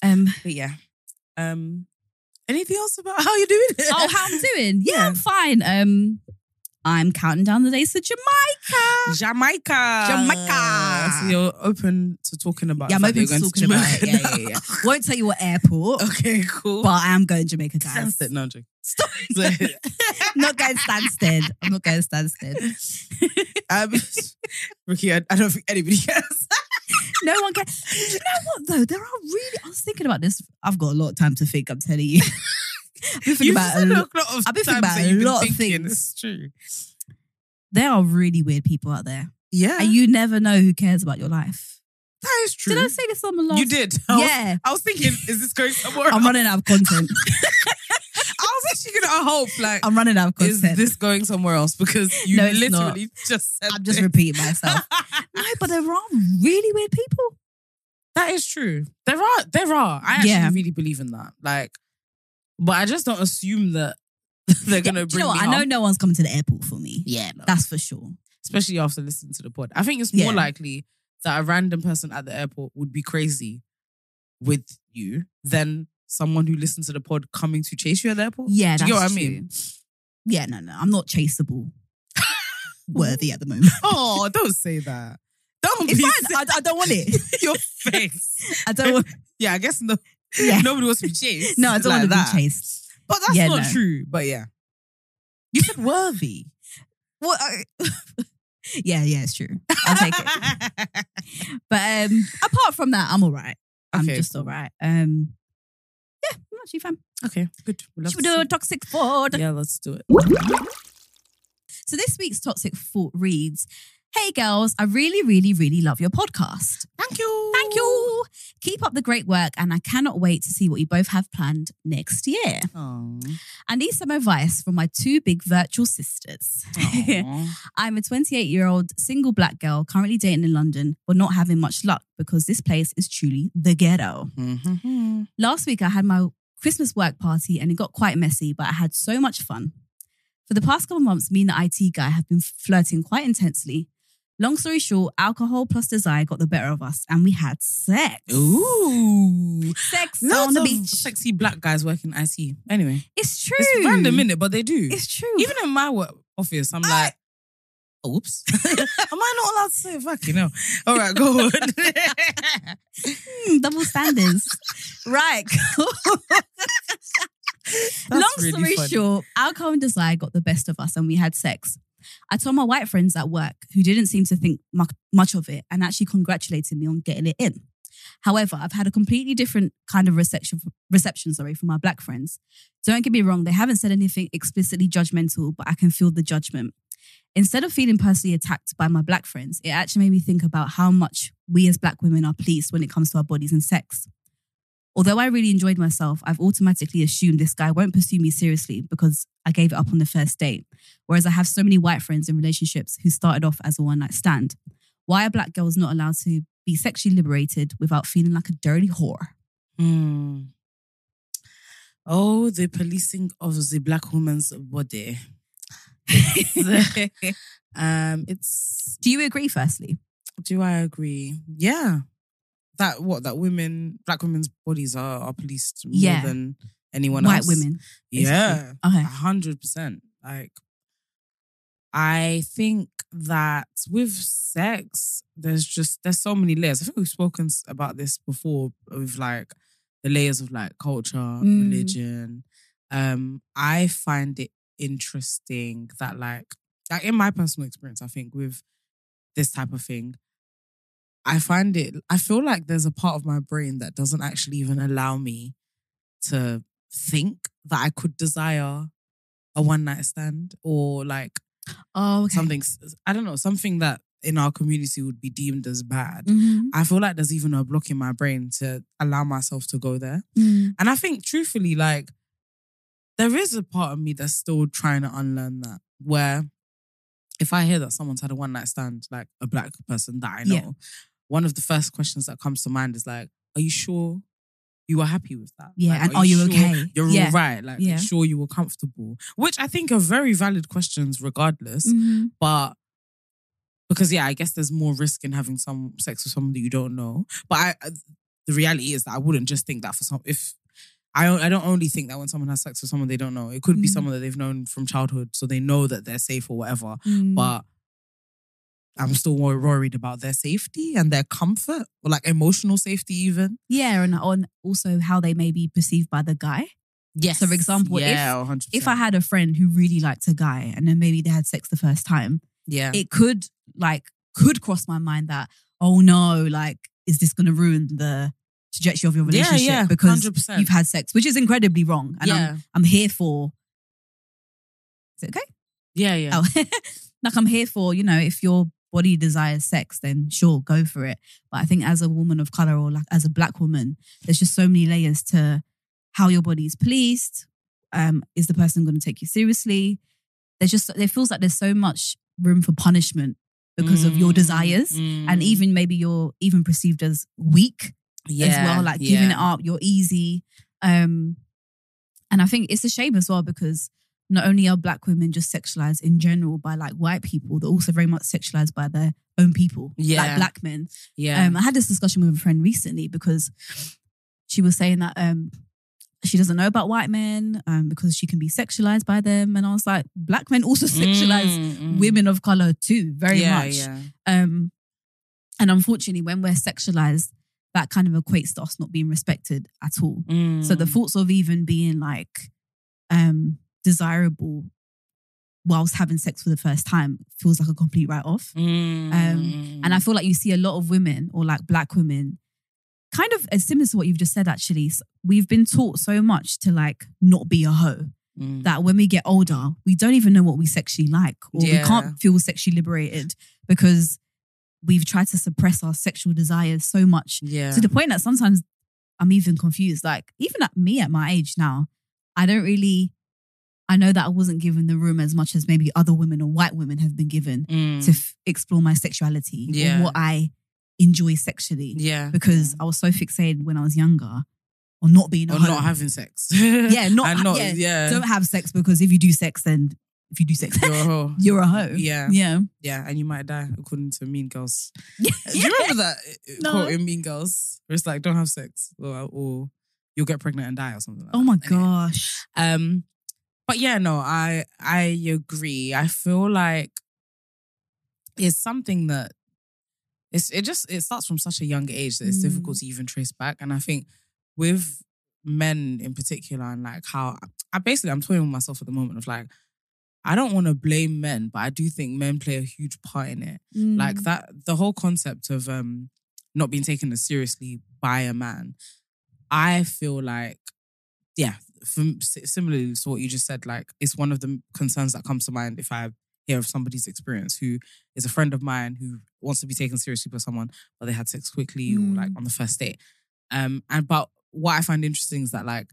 S1: Um.
S2: But yeah. Um anything else about how you're doing it?
S1: Oh, how I'm doing? Yeah, I'm fine. Um, I'm counting down the days to Jamaica.
S2: Jamaica.
S1: Jamaica.
S2: So you're open to talking about
S1: Yeah,
S2: the
S1: I'm
S2: fact that
S1: open
S2: you're
S1: to
S2: going
S1: talking about it. Yeah,
S2: Jamaica.
S1: yeah, yeah. Won't tell you what airport,
S2: okay, cool.
S1: but I am going Jamaica, guys.
S2: Sunset, no, I'm joking.
S1: Stop.
S2: So,
S1: not going Stansted. I'm not going Stansted.
S2: um, Ricky, I, I don't think anybody cares.
S1: No one can. You know what though? There are really. I was thinking about this. I've got a lot of time to think. I'm telling you. I've been thinking
S2: You've
S1: about. A
S2: said a
S1: lo-
S2: lot of
S1: I've been thinking
S2: times
S1: about
S2: that
S1: a
S2: you've been
S1: lot of
S2: thinking,
S1: things.
S2: It's true.
S1: there are really weird people out there,
S2: Yeah,
S1: and you never know who cares about your life.
S2: that is true.
S1: Did I say this on the last?
S2: you did. I was,
S1: Yeah.
S2: I was thinking, is this going somewhere?
S1: I'm
S2: else?
S1: running out of content.
S2: I was actually gonna hope like.
S1: I'm running out of
S2: is
S1: content.
S2: this going somewhere else? Because you
S1: No, it's
S2: literally just said
S1: I'm just
S2: this.
S1: repeating myself. No, but there are really weird people.
S2: That is true. There are, there are. I actually
S1: Yeah.
S2: really believe in that. Like, but I just don't assume that they're gonna
S1: Do
S2: bring
S1: you know what?
S2: me
S1: I know
S2: up.
S1: no one's coming to the airport for me.
S2: Yeah, no.
S1: That's for sure.
S2: especially after listening to the pod. I think it's more
S1: Yeah.
S2: likely that a random person at the airport would be crazy with you than someone who listens to the pod coming to chase you at the airport.
S1: Yeah,
S2: Do
S1: that's
S2: you get what
S1: true.
S2: I mean?
S1: Yeah, no, no. I'm not chaseable worthy at the moment.
S2: Oh, don't say that. Don't
S1: It's
S2: be
S1: fine. I, I don't want it.
S2: your face.
S1: I don't want
S2: Yeah, I guess no,
S1: yeah.
S2: nobody wants to be chased.
S1: No, I don't
S2: like
S1: want to
S2: that.
S1: be chased.
S2: But that's
S1: Yeah,
S2: not
S1: no.
S2: true. But yeah. You said worthy.
S1: Well, I- yeah, yeah, it's true. I'll take it. But um, apart from that, I'm all right. I'm
S2: Okay,
S1: just all right. Um, yeah, I'm actually fine.
S2: Okay, good. We'll have
S1: Should we
S2: to
S1: do a toxic board?
S2: see. Yeah, let's do it.
S1: So this week's toxic thought reads, "Hey girls, I really, really, really love your podcast.
S2: Thank you.
S1: Thank you. Keep up the great work, and I cannot wait to see what you both have planned next year.
S2: Aw.
S1: I need some advice from my two big virtual sisters.
S2: Aw.
S1: I'm a 28 year old single black girl currently dating in London, but not having much luck because this place is truly the ghetto.
S2: Mhm.
S1: Last week, I had my Christmas work party and it got quite messy, but I had so much fun. For the past couple months, me and the IT guy have been flirting quite intensely. Long story short, alcohol plus desire got the better of us and we had sex.
S2: Ooh.
S1: Sex
S2: Lots
S1: on the
S2: of
S1: beach.
S2: sexy black guys working IT. Anyway,
S1: It's true.
S2: it's random, innit? But they do.
S1: It's true.
S2: Even in my work office, I'm like, oops. Am I not allowed to say fucking no? All right, go on.
S1: Hmm, double standards. right. cool.
S2: That's
S1: Long
S2: really
S1: story
S2: funny.
S1: short, alcohol and desire got the best of us and we had sex. I told my white friends at work, who didn't seem to think mu- much of it and actually congratulated me on getting it in. However, I've had a completely different kind of reception, reception sorry, from my black friends. Don't get me wrong, they haven't said anything explicitly judgmental, but I can feel the judgment. Instead of feeling personally attacked by my black friends, it actually made me think about how much we as black women are pleased when it comes to our bodies and sex. Although I really enjoyed myself, I've automatically assumed this guy won't pursue me seriously because I gave it up on the first date. Whereas I have so many white friends in relationships who started off as a one night stand. Why are black girls not allowed to be sexually liberated without feeling like a dirty whore?
S2: Hmm. Oh, the policing of the black woman's body. um, it's.
S1: Do you agree, firstly?
S2: Do I agree? Yeah, that what that women, black women's bodies are are policed more
S1: Yeah.
S2: than anyone
S1: white
S2: else.
S1: women. basically.
S2: Yeah, a
S1: Okay.
S2: hundred percent. Like, I think that with sex, there's just there's so many layers. I think we've spoken s- about this before. With like the layers of like culture,
S1: Mm.
S2: religion. Um, I find it interesting that like like in my personal experience, I think with this type of thing, I find it I feel like there's a part of my brain that doesn't actually even allow me to think that I could desire a one night stand or like
S1: Oh, okay.
S2: something s- I don't know, something that in our community would be deemed as bad.
S1: Mhm.
S2: I feel like there's even a block in my brain to allow myself to go there.
S1: Mm.
S2: And I think truthfully, like, there is a part of me that's still trying to unlearn that. Where if I hear that someone's had a one night stand, like a black person that I know,
S1: Yeah.
S2: one of the first questions that comes to mind is like, Are you sure you were happy with that?
S1: Yeah,
S2: Like,
S1: and are you
S2: sure
S1: okay?
S2: You're
S1: Yeah.
S2: all right. Like,
S1: Yeah.
S2: sure you were comfortable, which I think are very valid questions regardless.
S1: Mhm.
S2: But because yeah, I guess there's more risk in having some sex with someone that you don't know. But I, uh, the reality is that I wouldn't just think that for some. If I don't, I don't only think that when someone has sex with someone they don't know, it could be
S1: Mm.
S2: someone that they've known from childhood, so they know that they're safe or whatever.
S1: Mm.
S2: But I'm still more worried about their safety and their comfort, or like emotional safety, even.
S1: yeah, and on also how they may be perceived by the guy.
S2: Yes.
S1: So, for example, if-
S2: yeah, 100%.
S1: If I had a friend who really liked a guy and then maybe they had sex the first time,
S2: yeah,
S1: it could like could cross my mind that oh no, like is this going to ruin the trajectory of your relationship
S2: yeah, yeah,
S1: because
S2: 100%.
S1: you've had sex, which is incredibly wrong, and I'm
S2: yeah,
S1: I'm here for. Is it okay?
S2: yeah, yeah,
S1: Oh, like I'm here for, you know, if your body desires sex, then sure, go for it. But I think as a woman of color or like as a black woman, there's just so many layers to how your body is policed. Um, is the person going to take you seriously? There's just, it feels like there's so much room for punishment because of your
S2: Mm,
S1: desires.
S2: mm.
S1: And even maybe you're even perceived as weak as
S2: Yeah,
S1: well, like giving it
S2: yeah.
S1: up, you're easy. Um, and I think it's a shame as well because not only are black women just sexualized in general by like white people, they're also very much sexualized by their own people, like
S2: Yeah.
S1: black men.
S2: yeah,
S1: Um, I had this discussion with a friend recently because she was saying that um, she doesn't know about white men um, because she can be sexualized by them, and I was like, black men also sexualize
S2: Mm, mm.
S1: women of color too, very
S2: yeah,
S1: much.
S2: Yeah.
S1: Um, and unfortunately, when we're sexualized, that kind of equates to us not being respected at all. So the
S2: Mm.
S1: thoughts of even being like um, desirable whilst having sex for the first time feels like a complete write off.
S2: mm,
S1: Um, And I feel like you see a lot of women or like black women, kind of as similar to what you've just said, actually, s- we've been taught so much to like not be a hoe
S2: Mm.
S1: that when we get older, we don't even know what we sexually like, or we
S2: Yeah.
S1: can't feel sexually liberated because we've tried to suppress our sexual desires so much
S2: yeah.
S1: to the point that sometimes I'm even confused. Like, even at me at my age now, I don't really, I know that I wasn't given the room as much as maybe other women or white women have been given
S2: Mm.
S1: to f- explore my sexuality
S2: Yeah.
S1: or what I enjoy sexually
S2: yeah.
S1: because I was so fixated when I was younger on not being a
S2: or
S1: hoe.
S2: not having sex.
S1: Yeah, not-
S2: and not
S1: yeah.
S2: yeah.
S1: don't have sex because if you do sex, then if you do sex,
S2: You're a hoe.
S1: you're a hoe.
S2: Yeah.
S1: Yeah.
S2: Yeah, and you might die according to Mean Girls.
S1: Yeah.
S2: Do you remember that uh,
S1: No.
S2: quote in Mean Girls? Where it's like, don't have sex or, or you'll get pregnant and die or something like
S1: Oh
S2: that.
S1: my
S2: Anyway.
S1: gosh.
S2: Um, but yeah, no, I I agree. I feel like it's something that it's it just it starts from such a young age that it's
S1: Mm.
S2: difficult to even trace back. And I think with men in particular and like how I basically I'm toying with myself at the moment of like I don't want to blame men, but I do think men play a huge part in it.
S1: Mm.
S2: Like that the whole concept of um not being taken as seriously by a man, I feel like yeah, from, similarly to what you just said, like it's one of the concerns that comes to mind if I hear of somebody's experience who is a friend of mine who wants to be taken seriously by someone, but they had sex quickly
S1: Mm.
S2: or like on the first date. Um, and but what I find interesting is that like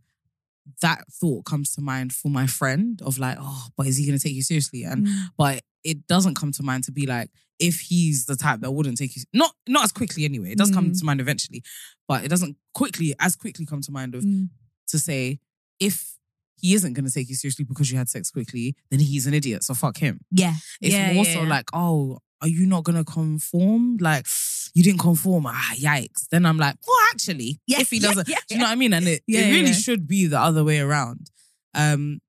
S2: that thought comes to mind for my friend of like, oh, but is he going to take you seriously? And
S1: Mm.
S2: but it doesn't come to mind to be like if he's the type that wouldn't take you not not as quickly anyway. It does come
S1: Mm.
S2: to mind eventually, but it doesn't quickly as quickly come to mind of
S1: Mm.
S2: to say if he isn't going to take you seriously because you had sex quickly, then he's an idiot. So fuck him.
S1: yeah.
S2: It's
S1: yeah,
S2: more
S1: yeah,
S2: so
S1: yeah.
S2: like, oh, are you not going to conform? Like, you didn't conform. Ah, yikes. Then I'm like, well, actually,
S1: Yeah,
S2: if he
S1: yeah,
S2: doesn't,
S1: yeah,
S2: do you know what I mean? And it,
S1: Yeah, yeah,
S2: it really
S1: yeah.
S2: should be the other way around. Um,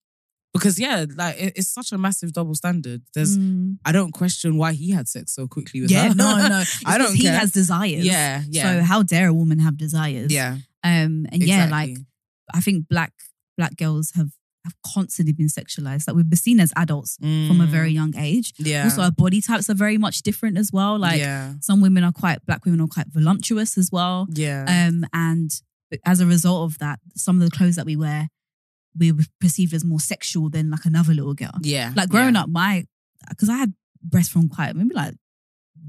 S2: because yeah, like it- it's such a massive double standard. There's,
S1: Mm.
S2: I don't question why he had sex so quickly with
S1: Yeah,
S2: her.
S1: no, no. It's
S2: I
S1: 'cause
S2: don't
S1: He
S2: care.
S1: has desires.
S2: yeah, yeah,
S1: So how dare a woman have desires?
S2: yeah.
S1: Um, and yeah, like I think black black girls have have constantly been sexualized. Like we've been seen as adults from a very young age.
S2: Mm. yeah.
S1: Also, our body types are very much different as well. Like
S2: yeah.
S1: some women are quite black women are quite voluptuous as well.
S2: Yeah.
S1: Um, and as a result of that, some of the clothes that we wear, we were perceived as more sexual than like another little girl.
S2: yeah.
S1: Like growing
S2: yeah.
S1: up, my because I had breasts from quite maybe like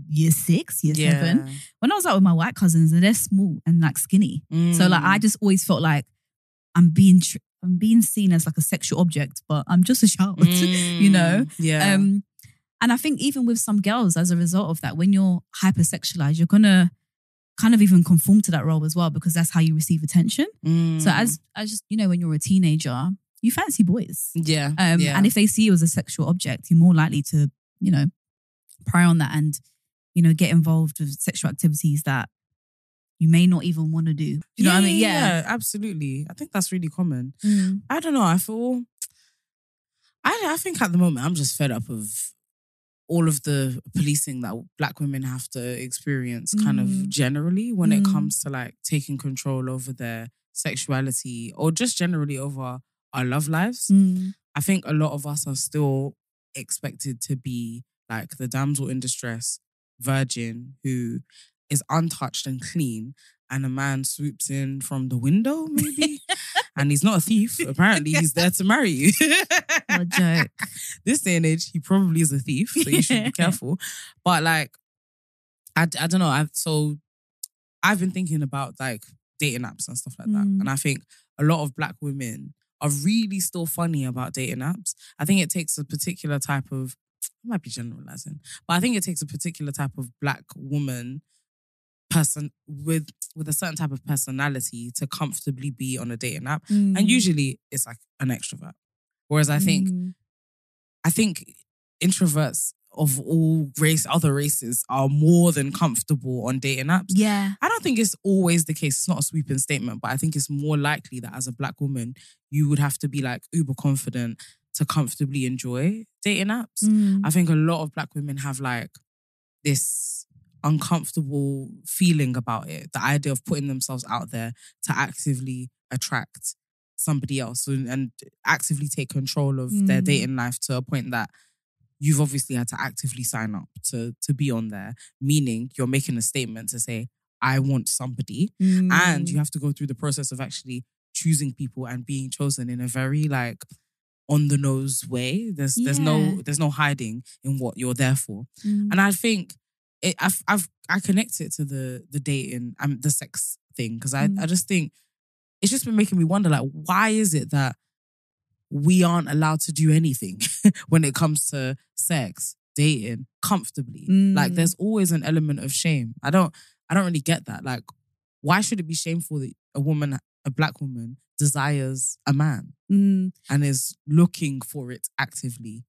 S1: year six, year seven. When I was out with my white cousins, and they're small and like skinny,
S2: Mm.
S1: so like I just always felt like I'm being tr- I'm being seen as like a sexual object, but I'm just a child. you know?
S2: Mm. Yeah.
S1: Um, and I think even with some girls, as a result of that, when you're hypersexualized, you're gonna kind of even conform to that role as well because that's how you receive attention.
S2: Mm.
S1: So as as just you know, when you're a teenager, you fancy boys,
S2: yeah.
S1: um,
S2: yeah.
S1: and if they see you as a sexual object, you're more likely to you know pry on that and you know get involved with sexual activities that you may not even want to do. Do You know what I mean? Yeah.
S2: absolutely. I think that's really common.
S1: Mm.
S2: I don't know. I feel. I I think at the moment I'm just fed up of all of the policing that black women have to experience, kind of
S1: Mm.
S2: generally when it
S1: Mm.
S2: comes to like taking control over their sexuality or just generally over our love lives.
S1: Mm.
S2: I think a lot of us are still expected to be like the damsel in distress virgin who is untouched and clean, and a man swoops in from the window, maybe. and he's not a thief. Apparently, he's there to marry you.
S1: What a joke.
S2: this day and age, he probably is a thief, so you should be careful. But like, I, I don't know. I've so I've been thinking about like dating apps and stuff like that,
S1: Mm.
S2: and I think a lot of black women are really still funny about dating apps. I think it takes a particular type of I might be generalizing, but I think it takes a particular type of black woman person with with a certain type of personality to comfortably be on a dating app.
S1: Mm.
S2: And usually it's like an extrovert. Whereas I think
S1: Mm.
S2: I think introverts of all race, other races are more than comfortable on dating apps.
S1: yeah.
S2: I don't think it's always the case. It's not a sweeping statement, but I think it's more likely that as a black woman, you would have to be like uber confident to comfortably enjoy dating apps.
S1: Mm.
S2: I think a lot of black women have like this uncomfortable feeling about it. The idea of putting themselves out there to actively attract somebody else and, and actively take control of their
S1: Mm.
S2: dating life to a point that you've obviously had to actively sign up to to be on there, meaning you're making a statement to say, I want somebody.
S1: Mm.
S2: And you have to go through the process of actually choosing people and being chosen in a very like on the nose way. There's there's no
S1: Yeah.
S2: there's no hiding in what you're there for.
S1: Mm.
S2: And I think it, I've, I've I connect it to the the dating and the sex thing because I,
S1: Mm.
S2: I just think it's just been making me wonder like why is it that we aren't allowed to do anything when it comes to sex dating comfortably like
S1: Mm.
S2: there's always an element of shame I don't I don't really get that like why should it be shameful that a woman a black woman desires a man
S1: Mm.
S2: and is looking for it actively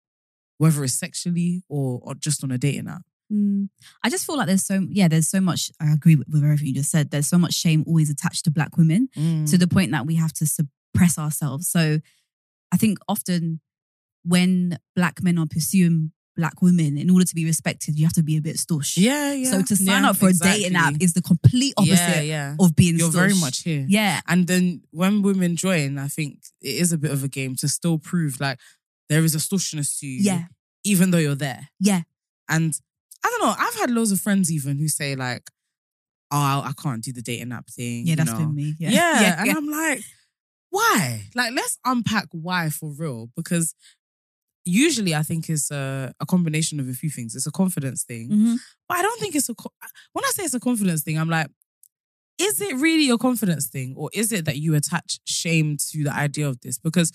S2: whether it's sexually or, or just on a dating app
S1: Mm. I just feel like there's so yeah, there's so much. I agree with, with everything you just said. There's so much shame always attached to Black women
S2: Mm.
S1: to the point that we have to suppress ourselves. So I think often when Black men are pursuing Black women, in order to be respected, you have to be a bit stoosh.
S2: yeah, yeah.
S1: So to sign
S2: Yeah,
S1: up for a dating app
S2: exactly.
S1: is the complete opposite
S2: yeah, yeah.
S1: of being.
S2: You're very
S1: stoosh.
S2: much here.
S1: Yeah.
S2: And then when women join, I think it is a bit of a game to still prove like there is a stoshness to you,
S1: Yeah.
S2: even though you're there.
S1: Yeah.
S2: And I don't know. I've had loads of friends even who say like, "Oh, I, I can't do the dating app thing."
S1: Yeah.
S2: you
S1: That's
S2: know?
S1: been me. Yeah.
S2: Yeah.
S1: Yeah.
S2: and I'm like, why? Like, let's unpack why for real. Because usually I think it's a, a combination of a few things. It's a confidence thing.
S1: Mhm.
S2: But I don't think it's a. co- When I say it's a confidence thing, I'm like, is it really a confidence thing, or is it that you attach shame to the idea of this? Because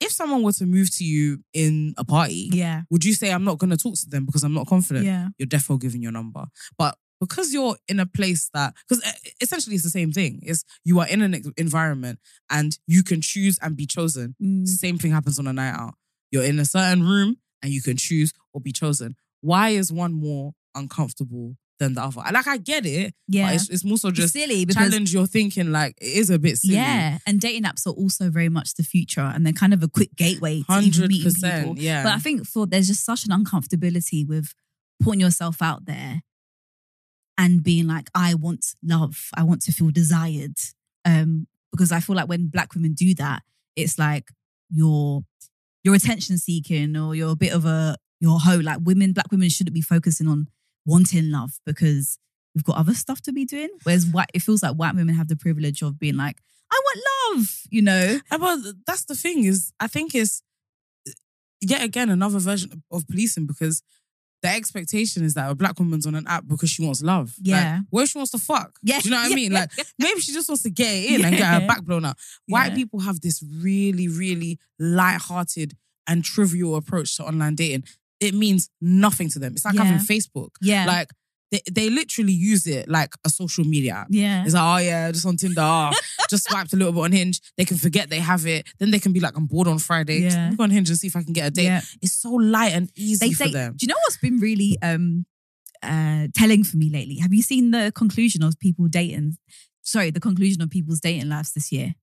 S2: if someone were to move to you in a party,
S1: Yeah.
S2: would you say I'm not going to talk to them because I'm not confident?
S1: Yeah.
S2: You're definitely giving your number, but because you're in a place that because essentially it's the same thing. It's you are in an ex- environment and you can choose and be chosen.
S1: Mm.
S2: Same thing happens on a night out. You're in a certain room and you can choose or be chosen. Why is one more uncomfortable than the other? Like I get it,
S1: Yeah.
S2: but it's, it's more so
S1: It's
S2: just
S1: silly because
S2: challenge your thinking. Like it is a bit silly.
S1: Yeah, and dating apps are also very much the future, and they're kind of a quick gateway to even
S2: hundred
S1: meeting
S2: percent.
S1: people.
S2: Yeah,
S1: But I think for there's just such an uncomfortability with putting yourself out there and being like, I want love, I want to feel desired. Um, because I feel like when black women do that, it's like you're you're attention seeking or you're a bit of a you're a hoe. Like women, black women shouldn't be focusing on wanting love because we've got other stuff to be doing. Whereas white, it feels like white women have the privilege of being like, I want love, you know.
S2: And well, that's the thing is, I think it's uh, yet again another version of policing because the expectation is that a black woman's on an app because she wants love.
S1: Yeah.
S2: Like, where she wants to fuck.
S1: Yeah.
S2: Do you know what I
S1: Yeah,
S2: mean?
S1: yeah,
S2: Like maybe she just wants to get it in and get
S1: Yeah.
S2: her back blown out. White
S1: Yeah.
S2: people have this really, really light-hearted and trivial approach to online dating. It means nothing to them. It's like
S1: Yeah.
S2: having Facebook.
S1: Yeah.
S2: Like they, they literally use it like a social media app.
S1: yeah.
S2: It's like, oh yeah, just on Tinder, ah, just swiped a little bit on Hinge. They can forget they have it. Then they can be like, I'm bored on Friday.
S1: Yeah.
S2: Let me go on Hinge and see if I can get a date.
S1: Yeah.
S2: It's so light and easy
S1: They
S2: for
S1: say, do
S2: them.
S1: you know what's been really um, uh, telling for me lately? Have you seen the conclusion of people dating? Sorry, the conclusion of people's dating lives this year.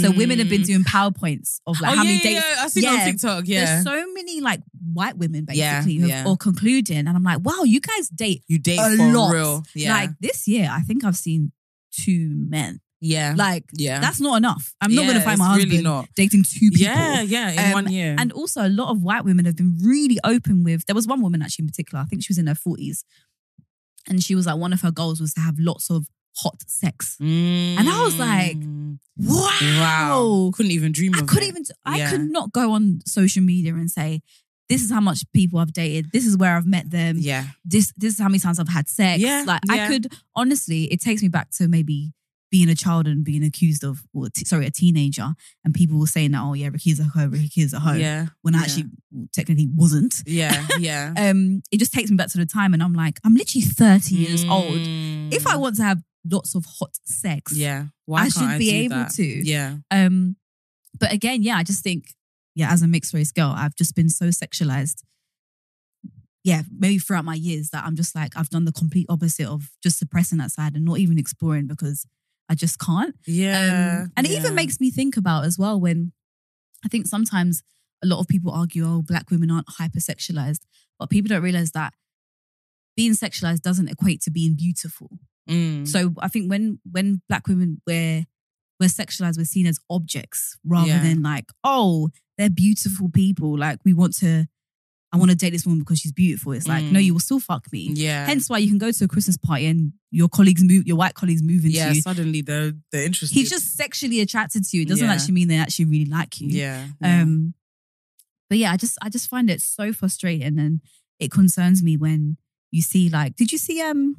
S1: So women have been
S2: Mm.
S1: doing PowerPoints of like
S2: oh,
S1: how
S2: yeah,
S1: many
S2: yeah,
S1: dates.
S2: Yeah, I see that
S1: Yeah.
S2: on TikTok. Yeah,
S1: There's so many like white women
S2: Yeah,
S1: basically who
S2: yeah.
S1: are concluding, and I'm like, wow, you guys date
S2: you date
S1: a
S2: for
S1: lot.
S2: real. Yeah,
S1: Like this year, I think I've seen two men.
S2: yeah,
S1: Like
S2: yeah.
S1: that's not enough. I'm not
S2: Yeah,
S1: going to find
S2: it's
S1: my husband
S2: Really not.
S1: dating two people.
S2: Yeah, yeah. In
S1: Um,
S2: one year,
S1: And also, a lot of white women have been really open with. There was one woman actually in particular. I think she was in her forties, and she was like, one of her goals was to have lots of hot sex. and I was like,
S2: Mm.
S1: Wow,
S2: wow, couldn't even dream
S1: I
S2: of.
S1: couldn't
S2: it.
S1: even. I
S2: Yeah.
S1: could not go on social media and say. This is how much people I've dated. This is where I've met them.
S2: Yeah,
S1: This this is how many times I've had sex.
S2: Yeah,
S1: like I
S2: yeah.
S1: could honestly, it takes me back to maybe being a child and being accused of, or t- sorry, a teenager, and people were saying that, oh yeah, Ricky's at home, Ricky's at home,
S2: yeah,
S1: when I
S2: yeah.
S1: actually technically wasn't.
S2: yeah, yeah.
S1: um, it just takes me back to the time, and I'm like, I'm literally 30 years old. If I
S2: Mm.
S1: want to have lots of hot sex,
S2: yeah, why
S1: I
S2: can't
S1: should be
S2: do
S1: able
S2: that?
S1: to.
S2: Yeah,
S1: Um, but again, yeah, I just think, yeah, as a mixed race girl, I've just been so sexualized. Yeah, maybe throughout my years that I'm just like I've done the complete opposite of just suppressing that side and not even exploring because I just can't.
S2: yeah,
S1: Um, and it
S2: yeah.
S1: even makes me think about as well when I think sometimes a lot of people argue, oh, black women aren't hypersexualized, but people don't realize that being sexualized doesn't equate to being beautiful.
S2: Mm.
S1: So I think when when black women we're we're sexualized, we're seen as objects rather
S2: Yeah.
S1: than like, oh, they're beautiful people. Like we want to, I want to date this woman because she's beautiful. It's like, no,
S2: Mm.
S1: you will still fuck me.
S2: yeah,
S1: Hence why you can go to a Christmas party and your colleagues move, your white colleagues move into
S2: yeah.
S1: you
S2: Suddenly they're they're interested.
S1: he's just sexually attracted to you. It doesn't
S2: Yeah.
S1: actually mean they actually really like you.
S2: yeah, yeah.
S1: Um, but yeah, I just I just find it so frustrating and it concerns me when you see like, did you see um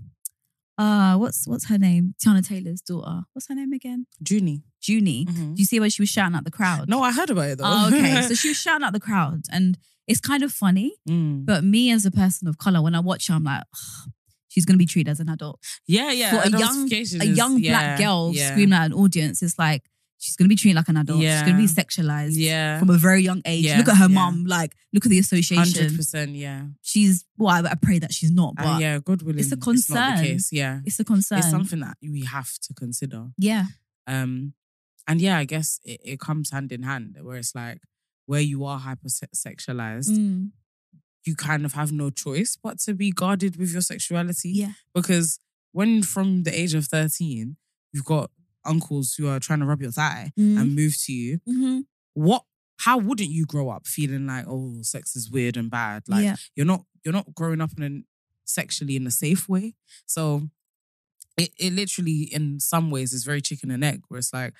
S1: uh what's what's her name? Tiana Taylor's daughter. What's her name again?
S2: Junie.
S1: Junie.
S2: Mhm.
S1: Do you see where she was shouting at the crowd?
S2: No, I heard about it though.
S1: Mm-hmm. Oh, okay. so she was shouting at the crowd and it's kind of funny,
S2: Mm.
S1: but me as a person of color, when I watch her, I'm like, she's gonna be treated as an adult
S2: yeah, yeah.
S1: for a young-
S2: adultification
S1: a
S2: is-
S1: young
S2: yeah,
S1: black girl
S2: yeah,
S1: screaming at an audience, it's like she's gonna be treated like an adult. She's gonna be
S2: Yeah.
S1: sexualized
S2: Yeah,
S1: from a very young age.
S2: Yeah,
S1: Look at her
S2: yeah.
S1: mum. Like, look at the association.
S2: hundred percent. Yeah,
S1: She's well. I, I pray that she's not, but
S2: Uh, yeah. God willing,
S1: it's a
S2: not
S1: concern.
S2: the case. Yeah,
S1: it's a concern.
S2: it's something that we have to consider.
S1: yeah,
S2: Um, and yeah, I guess it, it comes hand in hand where it's like where you are hypersexualized,
S1: Mm.
S2: you kind of have no choice but to be guarded with your sexuality.
S1: yeah,
S2: Because when from the age of 13, you've got uncles who are trying to rub your thigh
S1: Mm.
S2: and move to you,
S1: Mhm.
S2: what how wouldn't you grow up feeling like, oh, sex is weird and bad? Like
S1: yeah,
S2: you're not you're not growing up in a, sexually in a safe way. So it, it literally in some ways is very chicken and egg where it's like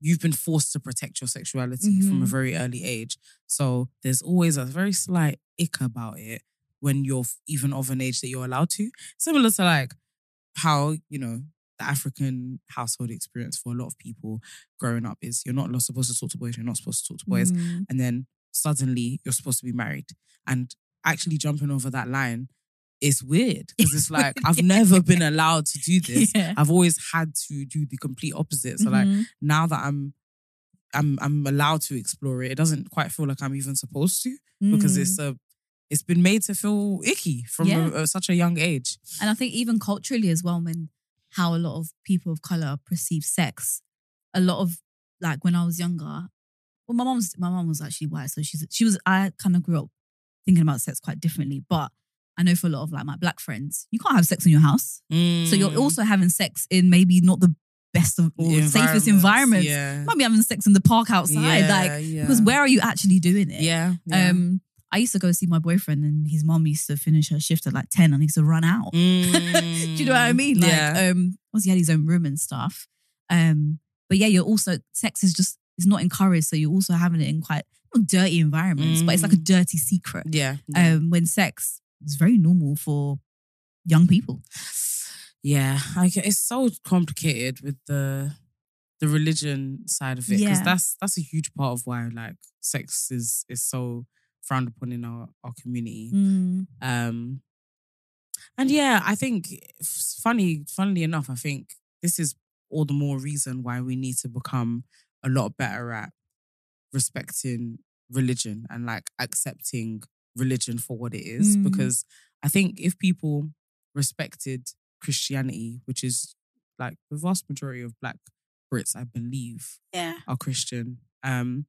S2: you've been forced to protect your sexuality from a
S1: Mhm.
S2: very early age. So there's always a very slight ick about it when you're f- even of an age that you're allowed to. Similar to like how, you know, the African household experience for a lot of people growing up is you're not supposed to talk to boys, you're not supposed to talk to boys
S1: Mm.
S2: and then suddenly you're supposed to be married. And actually jumping over that line is weird because it's like I've never been allowed to do this.
S1: Yeah.
S2: I've always had to do the complete opposite. So like
S1: Mhm.
S2: now that I'm I'm I'm allowed to explore it, it doesn't quite feel like I'm even supposed to because
S1: Mm.
S2: it's a it's been made to feel icky from
S1: Yeah.
S2: a, a- such a young age.
S1: and I think even culturally as well, when how a lot of people of color perceive sex, a lot of like when I was younger, well, my mom's my mom was actually white, so she's she was I kind of grew up thinking about sex quite differently, but I know for a lot of like my black friends, you can't have sex in your house. So you're
S2: Mm.
S1: also having sex in maybe not the best of or safest environments.
S2: Yeah.
S1: You might be having sex in the park outside. like because where are you actually doing it?
S2: yeah, yeah.
S1: Um, I used to go see my boyfriend, and his mom used to finish her shift at like ten, and he used to run out. Do you know what I mean? Like,
S2: Mm. yeah.
S1: um, because he had his own room and stuff. Um, but yeah, you're also sex is just is not encouraged, so you're also having it in quite not dirty environments, but it's like a dirty secret.
S2: yeah. Mm. Yeah.
S1: Um, when sex is very normal for young people.
S2: yeah. I get- it's so complicated with the the religion side of it because
S1: Yeah.
S2: that's that's a huge part of why like sex is is so frowned upon in our our community. Um, and yeah, I think it's funny, funnily enough, I think this is all the more reason why we need to become a lot better at respecting religion and like accepting religion for what it is.
S1: Mm.
S2: Because I think if people respected Christianity, which is like the vast majority of black Brits, I believe,
S1: Yeah.
S2: are Christian, um,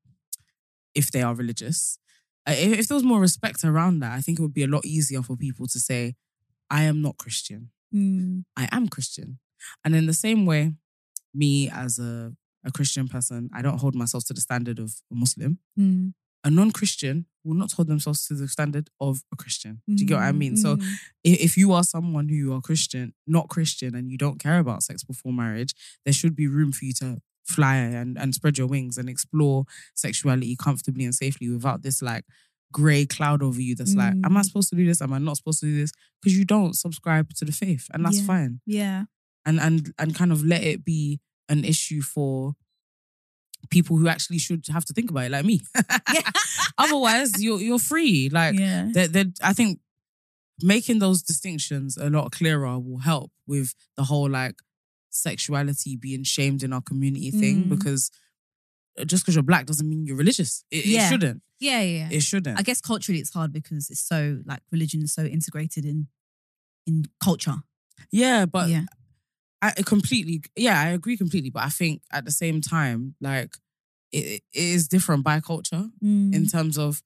S2: if they are religious. Uh, If, if there was more respect around that, I think it would be a lot easier for people to say, I am not Christian.
S1: Mm.
S2: I am Christian. And in the same way, me as a, a Christian person, I don't hold myself to the standard of a Muslim.
S1: Mm.
S2: A non Christian will not hold themselves to the standard of a Christian. Do you get what I mean?
S1: Mm-hmm.
S2: So
S1: Mm.
S2: i- if you are someone who are Christian, not Christian, and you don't care about sex before marriage, there should be room for you to fly and, and spread your wings and explore sexuality comfortably and safely without this like grey cloud over you that's like, am I
S1: Mm.
S2: supposed to do this? Am I not supposed to do this? Because you don't subscribe to the faith and that's
S1: Yeah.
S2: fine.
S1: yeah.
S2: And and and kind of let it be an issue for people who actually should have to think about it, like me. Otherwise, you're you're free. Like
S1: yeah.
S2: that that I think making those distinctions a lot clearer will help with the whole like sexuality being shamed in our community thing
S1: Mm.
S2: because uh, just because you're black doesn't mean you're religious. It, it
S1: Yeah.
S2: shouldn't.
S1: Yeah, yeah.
S2: It shouldn't.
S1: I guess culturally it's hard because it's so like religion is so integrated in in culture.
S2: yeah, but
S1: yeah.
S2: I I completely, yeah, I agree completely. But I think at the same time, like it, it is different by culture in
S1: Mm. Mm-hmm.
S2: terms of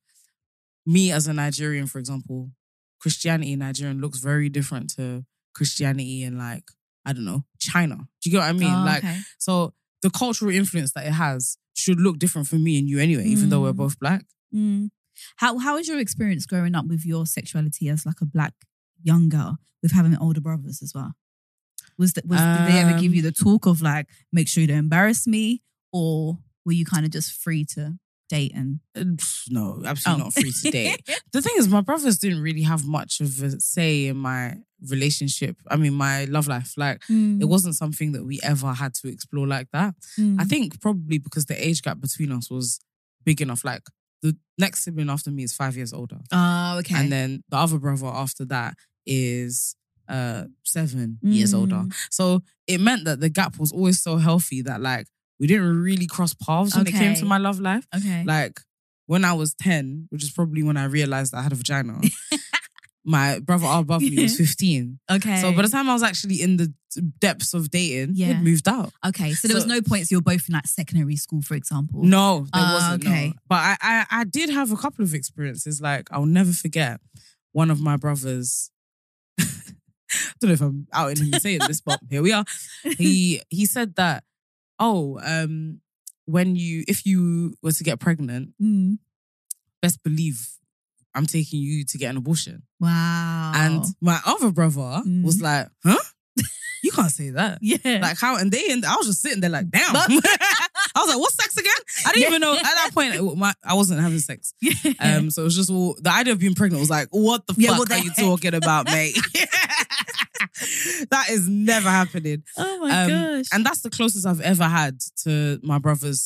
S2: me as a Nigerian, for example. Christianity in Nigerian looks very different to Christianity in like I don't know China. Do you get what I mean?
S1: Oh,
S2: like
S1: okay.
S2: So the cultural influence that it has should look different for me and you anyway, even though we're
S1: Mm.
S2: both black.
S1: Mm. How how is your experience growing up with your sexuality as like a black young girl with having older brothers as well? Was that was did they ever give
S2: Um,
S1: you the talk of like make sure you don't embarrass me, or were you kind of just free to date and
S2: Uh, pff, No, absolutely
S1: Oh.
S2: not free today. the thing is, my brothers didn't really have much of a say in my relationship. I mean, my love life. Like,
S1: Mm,
S2: it wasn't something that we ever had to explore like that.
S1: mm.
S2: I think probably because the age gap between us was big enough. Like, the next sibling after me is five years older.
S1: Oh, okay.
S2: And then the other brother after that is uh seven years older.
S1: Mm.
S2: So it meant that the gap was always so healthy that like we didn't really cross paths when it came to
S1: Okay.
S2: my love life.
S1: okay.
S2: Like when I was 10, which is probably when I realized I had a vagina, my brother above me was 15.
S1: okay.
S2: So by the time I was actually in the depths of dating,
S1: Yeah.
S2: he'd moved out.
S1: okay. So there was
S2: so-
S1: no points you were both in like secondary school, for example.
S2: No, there
S1: Ah,
S2: wasn't. no.
S1: okay.
S2: But I, I, I did have a couple of experiences. Like I'll never forget one of my brothers. I don't know if I'm out in him saying this, but here we are. He he said that, oh, um, when you if you were to get pregnant,
S1: Mm.
S2: best believe I'm taking you to get an abortion.
S1: Wow.
S2: And my other brother
S1: Mhm.
S2: was like, huh? You can't say that.
S1: yeah.
S2: Like how and they and I was just sitting there like damn. I was like, what's sex again? I didn't even know at that point. it- My, I wasn't having sex, um. So it was just all the idea of being pregnant was like, what the
S1: Yeah,
S2: fuck
S1: what the
S2: are you
S1: heck?
S2: talking about, mate? that is never happening.
S1: oh
S2: um, And that's the closest I've ever had to my brothers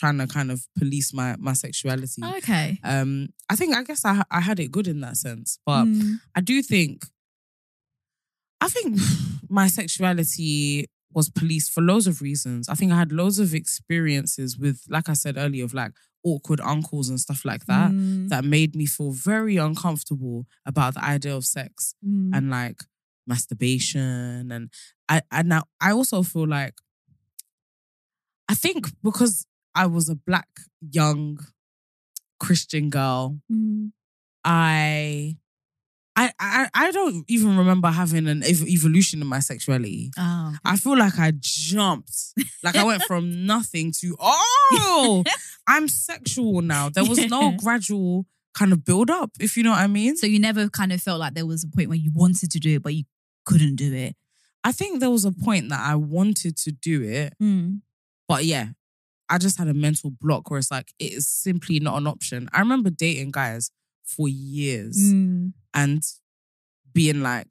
S2: trying to kind of police my my sexuality.
S1: okay.
S2: Um, I think I guess I I had it good in that sense, but
S1: Mm.
S2: I do think, I think my sexuality was policed for loads of reasons. I think I had loads of experiences with, like I said earlier, of like awkward uncles and stuff like that,
S1: Mm.
S2: that made me feel very uncomfortable about the idea of sex
S1: Mm.
S2: and like masturbation. And I, and now I also feel like, I think because I was a black, young Christian girl,
S1: Mm.
S2: I I, I I don't even remember having an ev- evolution in my sexuality.
S1: Oh.
S2: I feel like I jumped. Like I went from nothing to oh, I'm sexual now. There was no
S1: Yeah.
S2: gradual kind of build up, if you know what I mean.
S1: So you never kind of felt like there was a point where you wanted to do it, but you couldn't do it.
S2: I think there was a point that I wanted to do it,
S1: Mm,
S2: but yeah, I just had a mental block where it's like it is simply not an option. I remember dating guys for years
S1: Mm.
S2: and being like,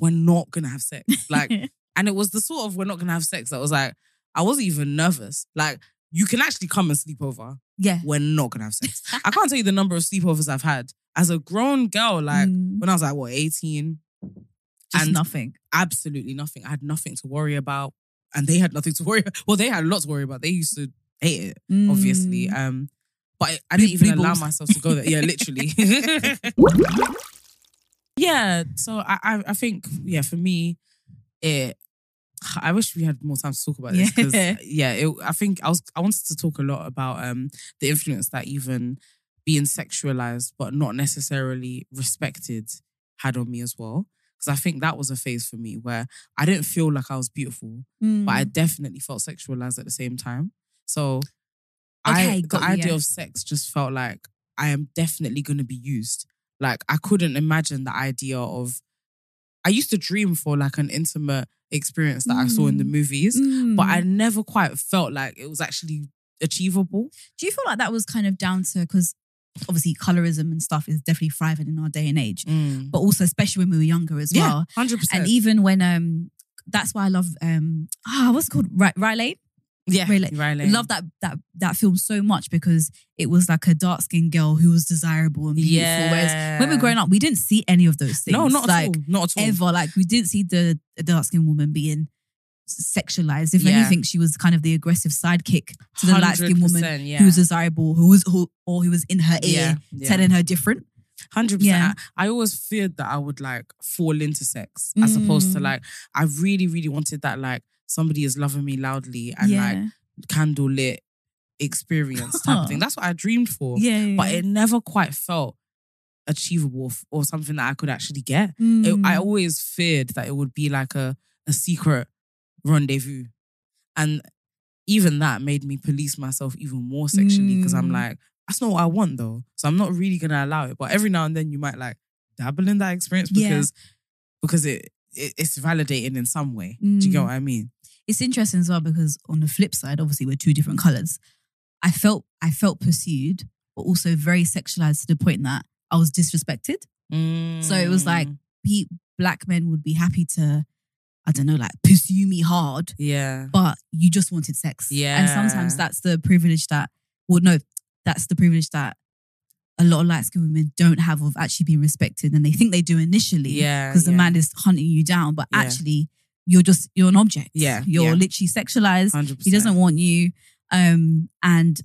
S2: we're not gonna have sex. Like And it was the sort of we're not gonna have sex that was like, I wasn't even nervous. Like, you can actually come and sleep over.
S1: yeah.
S2: We're not gonna have sex. I can't tell you the number of sleepovers I've had as a grown girl, like
S1: Mm.
S2: when I was like, what, 18?
S1: just
S2: and-
S1: nothing.
S2: Absolutely nothing. I had nothing to worry about. And they had nothing to worry about. Well, they had a lot to worry about. They used to hate it, obviously.
S1: Mm.
S2: Um, but I- I
S1: Blue-
S2: didn't even
S1: blue
S2: allow
S1: balls.
S2: myself to go there. Yeah, literally. yeah. So I, I, I think, yeah, for me, it. I wish we had more time to talk about this because
S1: Yeah.
S2: yeah, it, I think I was I wanted to talk a lot about um the influence that even being sexualized but not necessarily respected had on me as well because I think that was a phase for me where I didn't feel like I was beautiful
S1: Mm.
S2: but I definitely felt sexualized at the same time. So
S1: Okay,
S2: I the
S1: got you,
S2: idea
S1: yeah.
S2: of sex just felt like I am definitely going to be used. Like I couldn't imagine the idea of I used to dream for like an intimate experience that I saw in the
S1: Mm.
S2: movies, but
S1: Mm.
S2: I never quite felt like it was actually achievable.
S1: do you feel like that was kind of down to because obviously colorism and stuff is definitely thriving in our day and age, but also especially when we were younger as well.
S2: Mm. Yeah, hundred
S1: And
S2: percent.
S1: even when um that's why I love um ah what's it called Ri- Riley.
S2: Yeah,
S1: Riley. Love that that that film so much because it was like a dark skinned girl who was desirable and beautiful. Whereas when we were growing up, we didn't see any of those things.
S2: No, not
S1: like
S2: at all. Not at all.
S1: ever. Like we didn't see the dark skinned woman being sexualized. If
S2: Yeah.
S1: anything, she was kind of the aggressive sidekick to the light skinned woman
S2: 100%, yeah.
S1: who was desirable, who was who or who was in her ear
S2: yeah, yeah.
S1: telling her different.
S2: Hundred
S1: Yeah.
S2: percent. I I always feared that I would like fall into sex, as opposed to
S1: Mm.
S2: like I really, really wanted that like somebody is loving me loudly and like candle lit experience type of thing. That's what I dreamed for,
S1: yeah, yeah,
S2: but
S1: yeah.
S2: it never quite felt achievable f- or something that I could actually get. It,
S1: Mm.
S2: I always feared that it would be like a a secret rendezvous, and even that made me police myself even more sexually because I'm
S1: Mm.
S2: like, that's not what I want though, so I'm not really gonna allow it. But every now and then you might like dabble in that experience
S1: Yeah.
S2: because because it, it it's validating in some way. Do you get
S1: Mm.
S2: what I mean?
S1: it's interesting as well because on the flip side, obviously we're two different colors. I felt I felt pursued, but also very sexualized to the point that I was disrespected. So it was like-
S2: Mm.
S1: Pe- Black men would be happy to, I don't know, like pursue me hard,
S2: yeah,
S1: but you just wanted sex. And sometimes
S2: Yeah.
S1: that's the privilege that, well, no, that's the privilege that a lot of light skinned women don't have of actually being respected. And they think they do initially.
S2: yeah,
S1: Because the
S2: yeah.
S1: man is hunting you down, but
S2: Yeah.
S1: actually you're just, you're an object.
S2: Yeah,
S1: You're
S2: yeah.
S1: literally sexualized.
S2: 100%.
S1: He doesn't want you. Um, and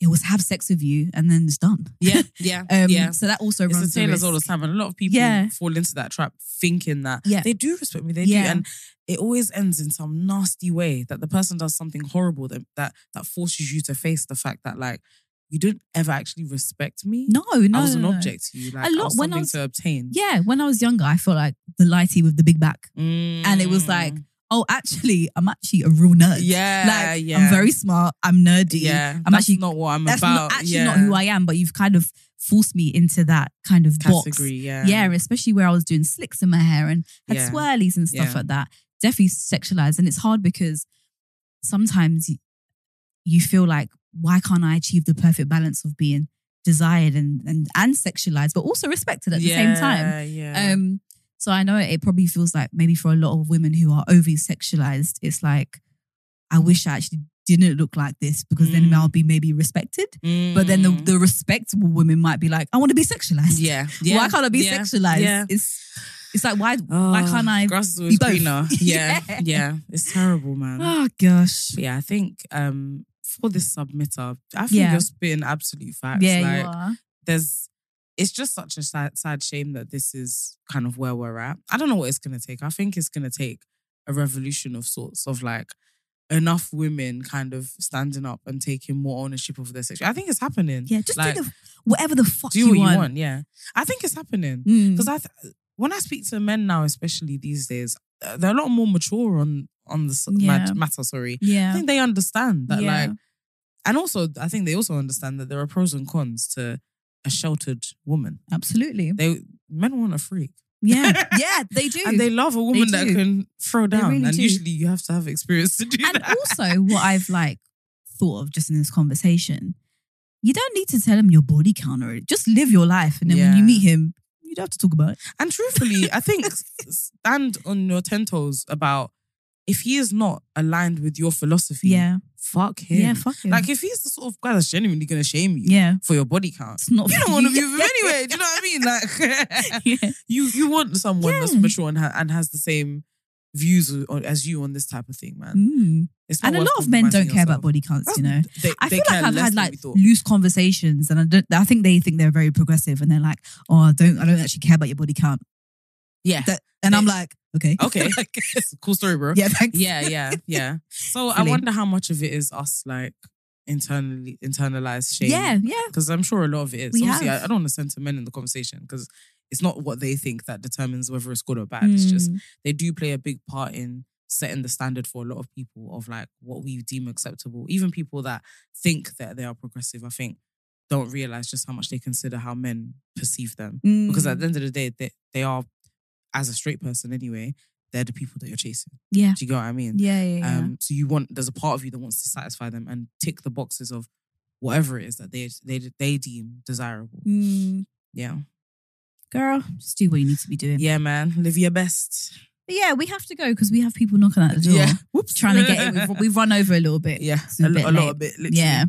S1: it was have sex with you and then it's done.
S2: Yeah, yeah,
S1: Um,
S2: yeah.
S1: So that also
S2: It's
S1: runs
S2: a
S1: the
S2: tailors all the
S1: risk.
S2: time, and a lot of people
S1: Yeah.
S2: fall into that trap thinking that
S1: Yeah.
S2: they do respect me, they do,
S1: Yeah.
S2: and it always ends in some nasty way that the person does something horrible that that that forces you to face the fact that like you didn't ever actually respect me.
S1: No, no.
S2: I was an
S1: no, no.
S2: object to you, like I
S1: lot-
S2: was
S1: when I
S2: something
S1: was-
S2: to obtain.
S1: Yeah, when I was younger, I felt like the lighty with the big back. And it was
S2: Mm.
S1: like, oh, actually, I'm actually a real nerd.
S2: yeah,
S1: Like,
S2: yeah,
S1: I'm very smart. I'm nerdy.
S2: yeah.
S1: I'm
S2: that's
S1: actually-
S2: not what I'm
S1: That's
S2: about.
S1: not actually
S2: yeah.
S1: not who I am, but you've kind of forced me into that kind of
S2: category.
S1: box.
S2: Yeah,
S1: Yeah, especially where I was doing slicks in my hair and had
S2: Yeah.
S1: swirlies and stuff
S2: Yeah.
S1: like that. Definitely sexualized. And it's hard because sometimes y- you feel like, why can't I achieve the perfect balance of being desired and and, and sexualized, but also respected at the same time?
S2: Yeah, yeah.
S1: Um, so I know it probably feels like maybe for a lot of women who are overly sexualized, it's like, I wish I actually didn't look like this because then
S2: Mm.
S1: I'll be maybe respected. Um, But then the,
S2: Mm.
S1: the respectable women might be like, I want to be sexualized.
S2: yeah, yeah,
S1: Why can't I be
S2: yeah,
S1: sexualized?
S2: Yeah.
S1: It's it's like why why
S2: Oh,
S1: can't I
S2: Grass is always
S1: both?
S2: greener. Yeah,
S1: Yeah.
S2: yeah, It's terrible, man.
S1: Oh gosh.
S2: But yeah, I think um for this submitter, I think
S1: Yeah.
S2: you're spitting absolute facts.
S1: Yeah,
S2: like
S1: you are.
S2: there's it's just such a sad, sad shame that this is kind of where we're at. I don't know what it's gonna take. I think it's gonna take a revolution of sorts of like enough women kind of standing up and taking more ownership of their sexuality. I think it's happening.
S1: Yeah, just
S2: Like-
S1: do the whatever the fuck
S2: Do
S1: you,
S2: what
S1: want.
S2: you want. Yeah, I think it's happening
S1: Mm.
S2: because I th- when I speak to men now, especially these days, uh, they're a lot more mature on on the
S1: Yeah.
S2: matter. Sorry, I
S1: yeah,
S2: think they understand that
S1: Yeah.
S2: like, and also I think they also understand that there are pros and cons to a sheltered woman.
S1: absolutely.
S2: They men want a freak.
S1: Yeah, yeah, they do.
S2: And they love a woman that
S1: do.
S2: can throw down.
S1: really
S2: and
S1: do.
S2: usually you have to have experience to do
S1: and
S2: that.
S1: also what I've like thought of just in this conversation, you don't need to tell him your body count or just live your life, and then when
S2: Yeah.
S1: you meet him, you don't have to talk about it.
S2: And truthfully, I think stand on your ten toes about if he is not aligned with your philosophy,
S1: Yeah,
S2: fuck him.
S1: yeah, fuck him.
S2: Like if he's the sort of guy that's genuinely gonna shame you
S1: yeah,
S2: for your body count.
S1: it's not.
S2: You don't want to be with him anyway. Do you know what I mean? Like
S1: yeah,
S2: you you want someone that's
S1: Yeah.
S2: mature and, ha- and has the same views on, as you on this type of thing, man.
S1: Mm.
S2: It's not
S1: and a
S2: worth
S1: lot of men don't
S2: compromising
S1: care about
S2: yourself. Oh,
S1: body counts, you know.
S2: They,
S1: I
S2: they
S1: feel like
S2: care
S1: I've
S2: less
S1: had
S2: than
S1: like
S2: we thought.
S1: loose conversations, and I don't. I think they think they're very progressive, and they're like, "Oh, I don't. I don't actually care about your body count."
S2: yeah.
S1: That, and I'm like, "Okay,
S2: Okay. cool story, bro.
S1: yeah, thanks."
S2: yeah, yeah, yeah. So I
S1: Silly.
S2: wonder how much of it is us like internally internalized shame.
S1: yeah, yeah.
S2: because I'm sure a lot of it is.
S1: We
S2: Obviously, I, I
S1: have.
S2: don't want to center men in the conversation because it's not what they think that determines whether it's good or bad. It's just
S1: Mm.
S2: they do play a big part in setting the standard for a lot of people of like what we deem acceptable. Even people that think that they are progressive, I think, don't realize just how much they consider how men perceive them.
S1: Mm.
S2: Because at the end of the day, they, they are, as a straight person anyway, they're the people that you're chasing.
S1: yeah,
S2: Do you get what I mean?
S1: yeah, yeah, yeah.
S2: Um, so you want there's a part of you that wants to satisfy them and tick the boxes of whatever it is that they they they deem desirable.
S1: Mm.
S2: Yeah,
S1: girl, just do what you need to be doing.
S2: yeah, man, live your best.
S1: But yeah, we have to go because we have people knocking at the door
S2: whoops,
S1: trying to get in. We've, we've run over a little bit.
S2: yeah,
S1: It's a
S2: a, lo-
S1: bit
S2: a lot
S1: late.
S2: of bit. Literally.
S1: Yeah.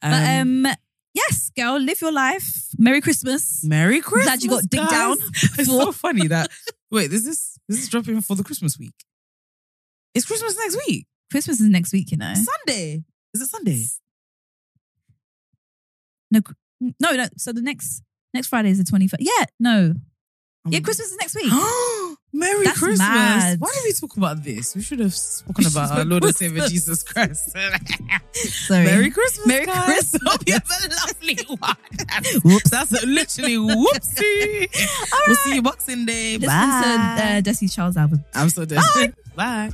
S1: But
S2: Um,
S1: um, yes, girl, live your life. Merry Christmas.
S2: Merry Christmas.
S1: Glad you got digged
S2: guys.
S1: down.
S2: It's so funny that wait, is this is this dropping for the Christmas week? It's Christmas next week.
S1: Christmas is next week, you know.
S2: Sunday. Is it Sunday?
S1: No, cr- no, no. So the next next Friday is the twenty first. Yeah, no.
S2: Um,
S1: Yeah, Christmas is next week.
S2: Merry
S1: That's
S2: Christmas.
S1: mad.
S2: Why did we talk about this? We should have spoken
S1: We should
S2: about our
S1: have
S2: Lord and
S1: spoken
S2: Savior Jesus Christ.
S1: Sorry.
S2: Merry Christmas.
S1: Merry
S2: guys.
S1: Christmas.
S2: Hope you have a lovely one. whoops. That's literally whoopsie. We'll see you Boxing Day.
S1: Listen to uh, Destiny's Child's album.
S2: I'm so dead. Bye.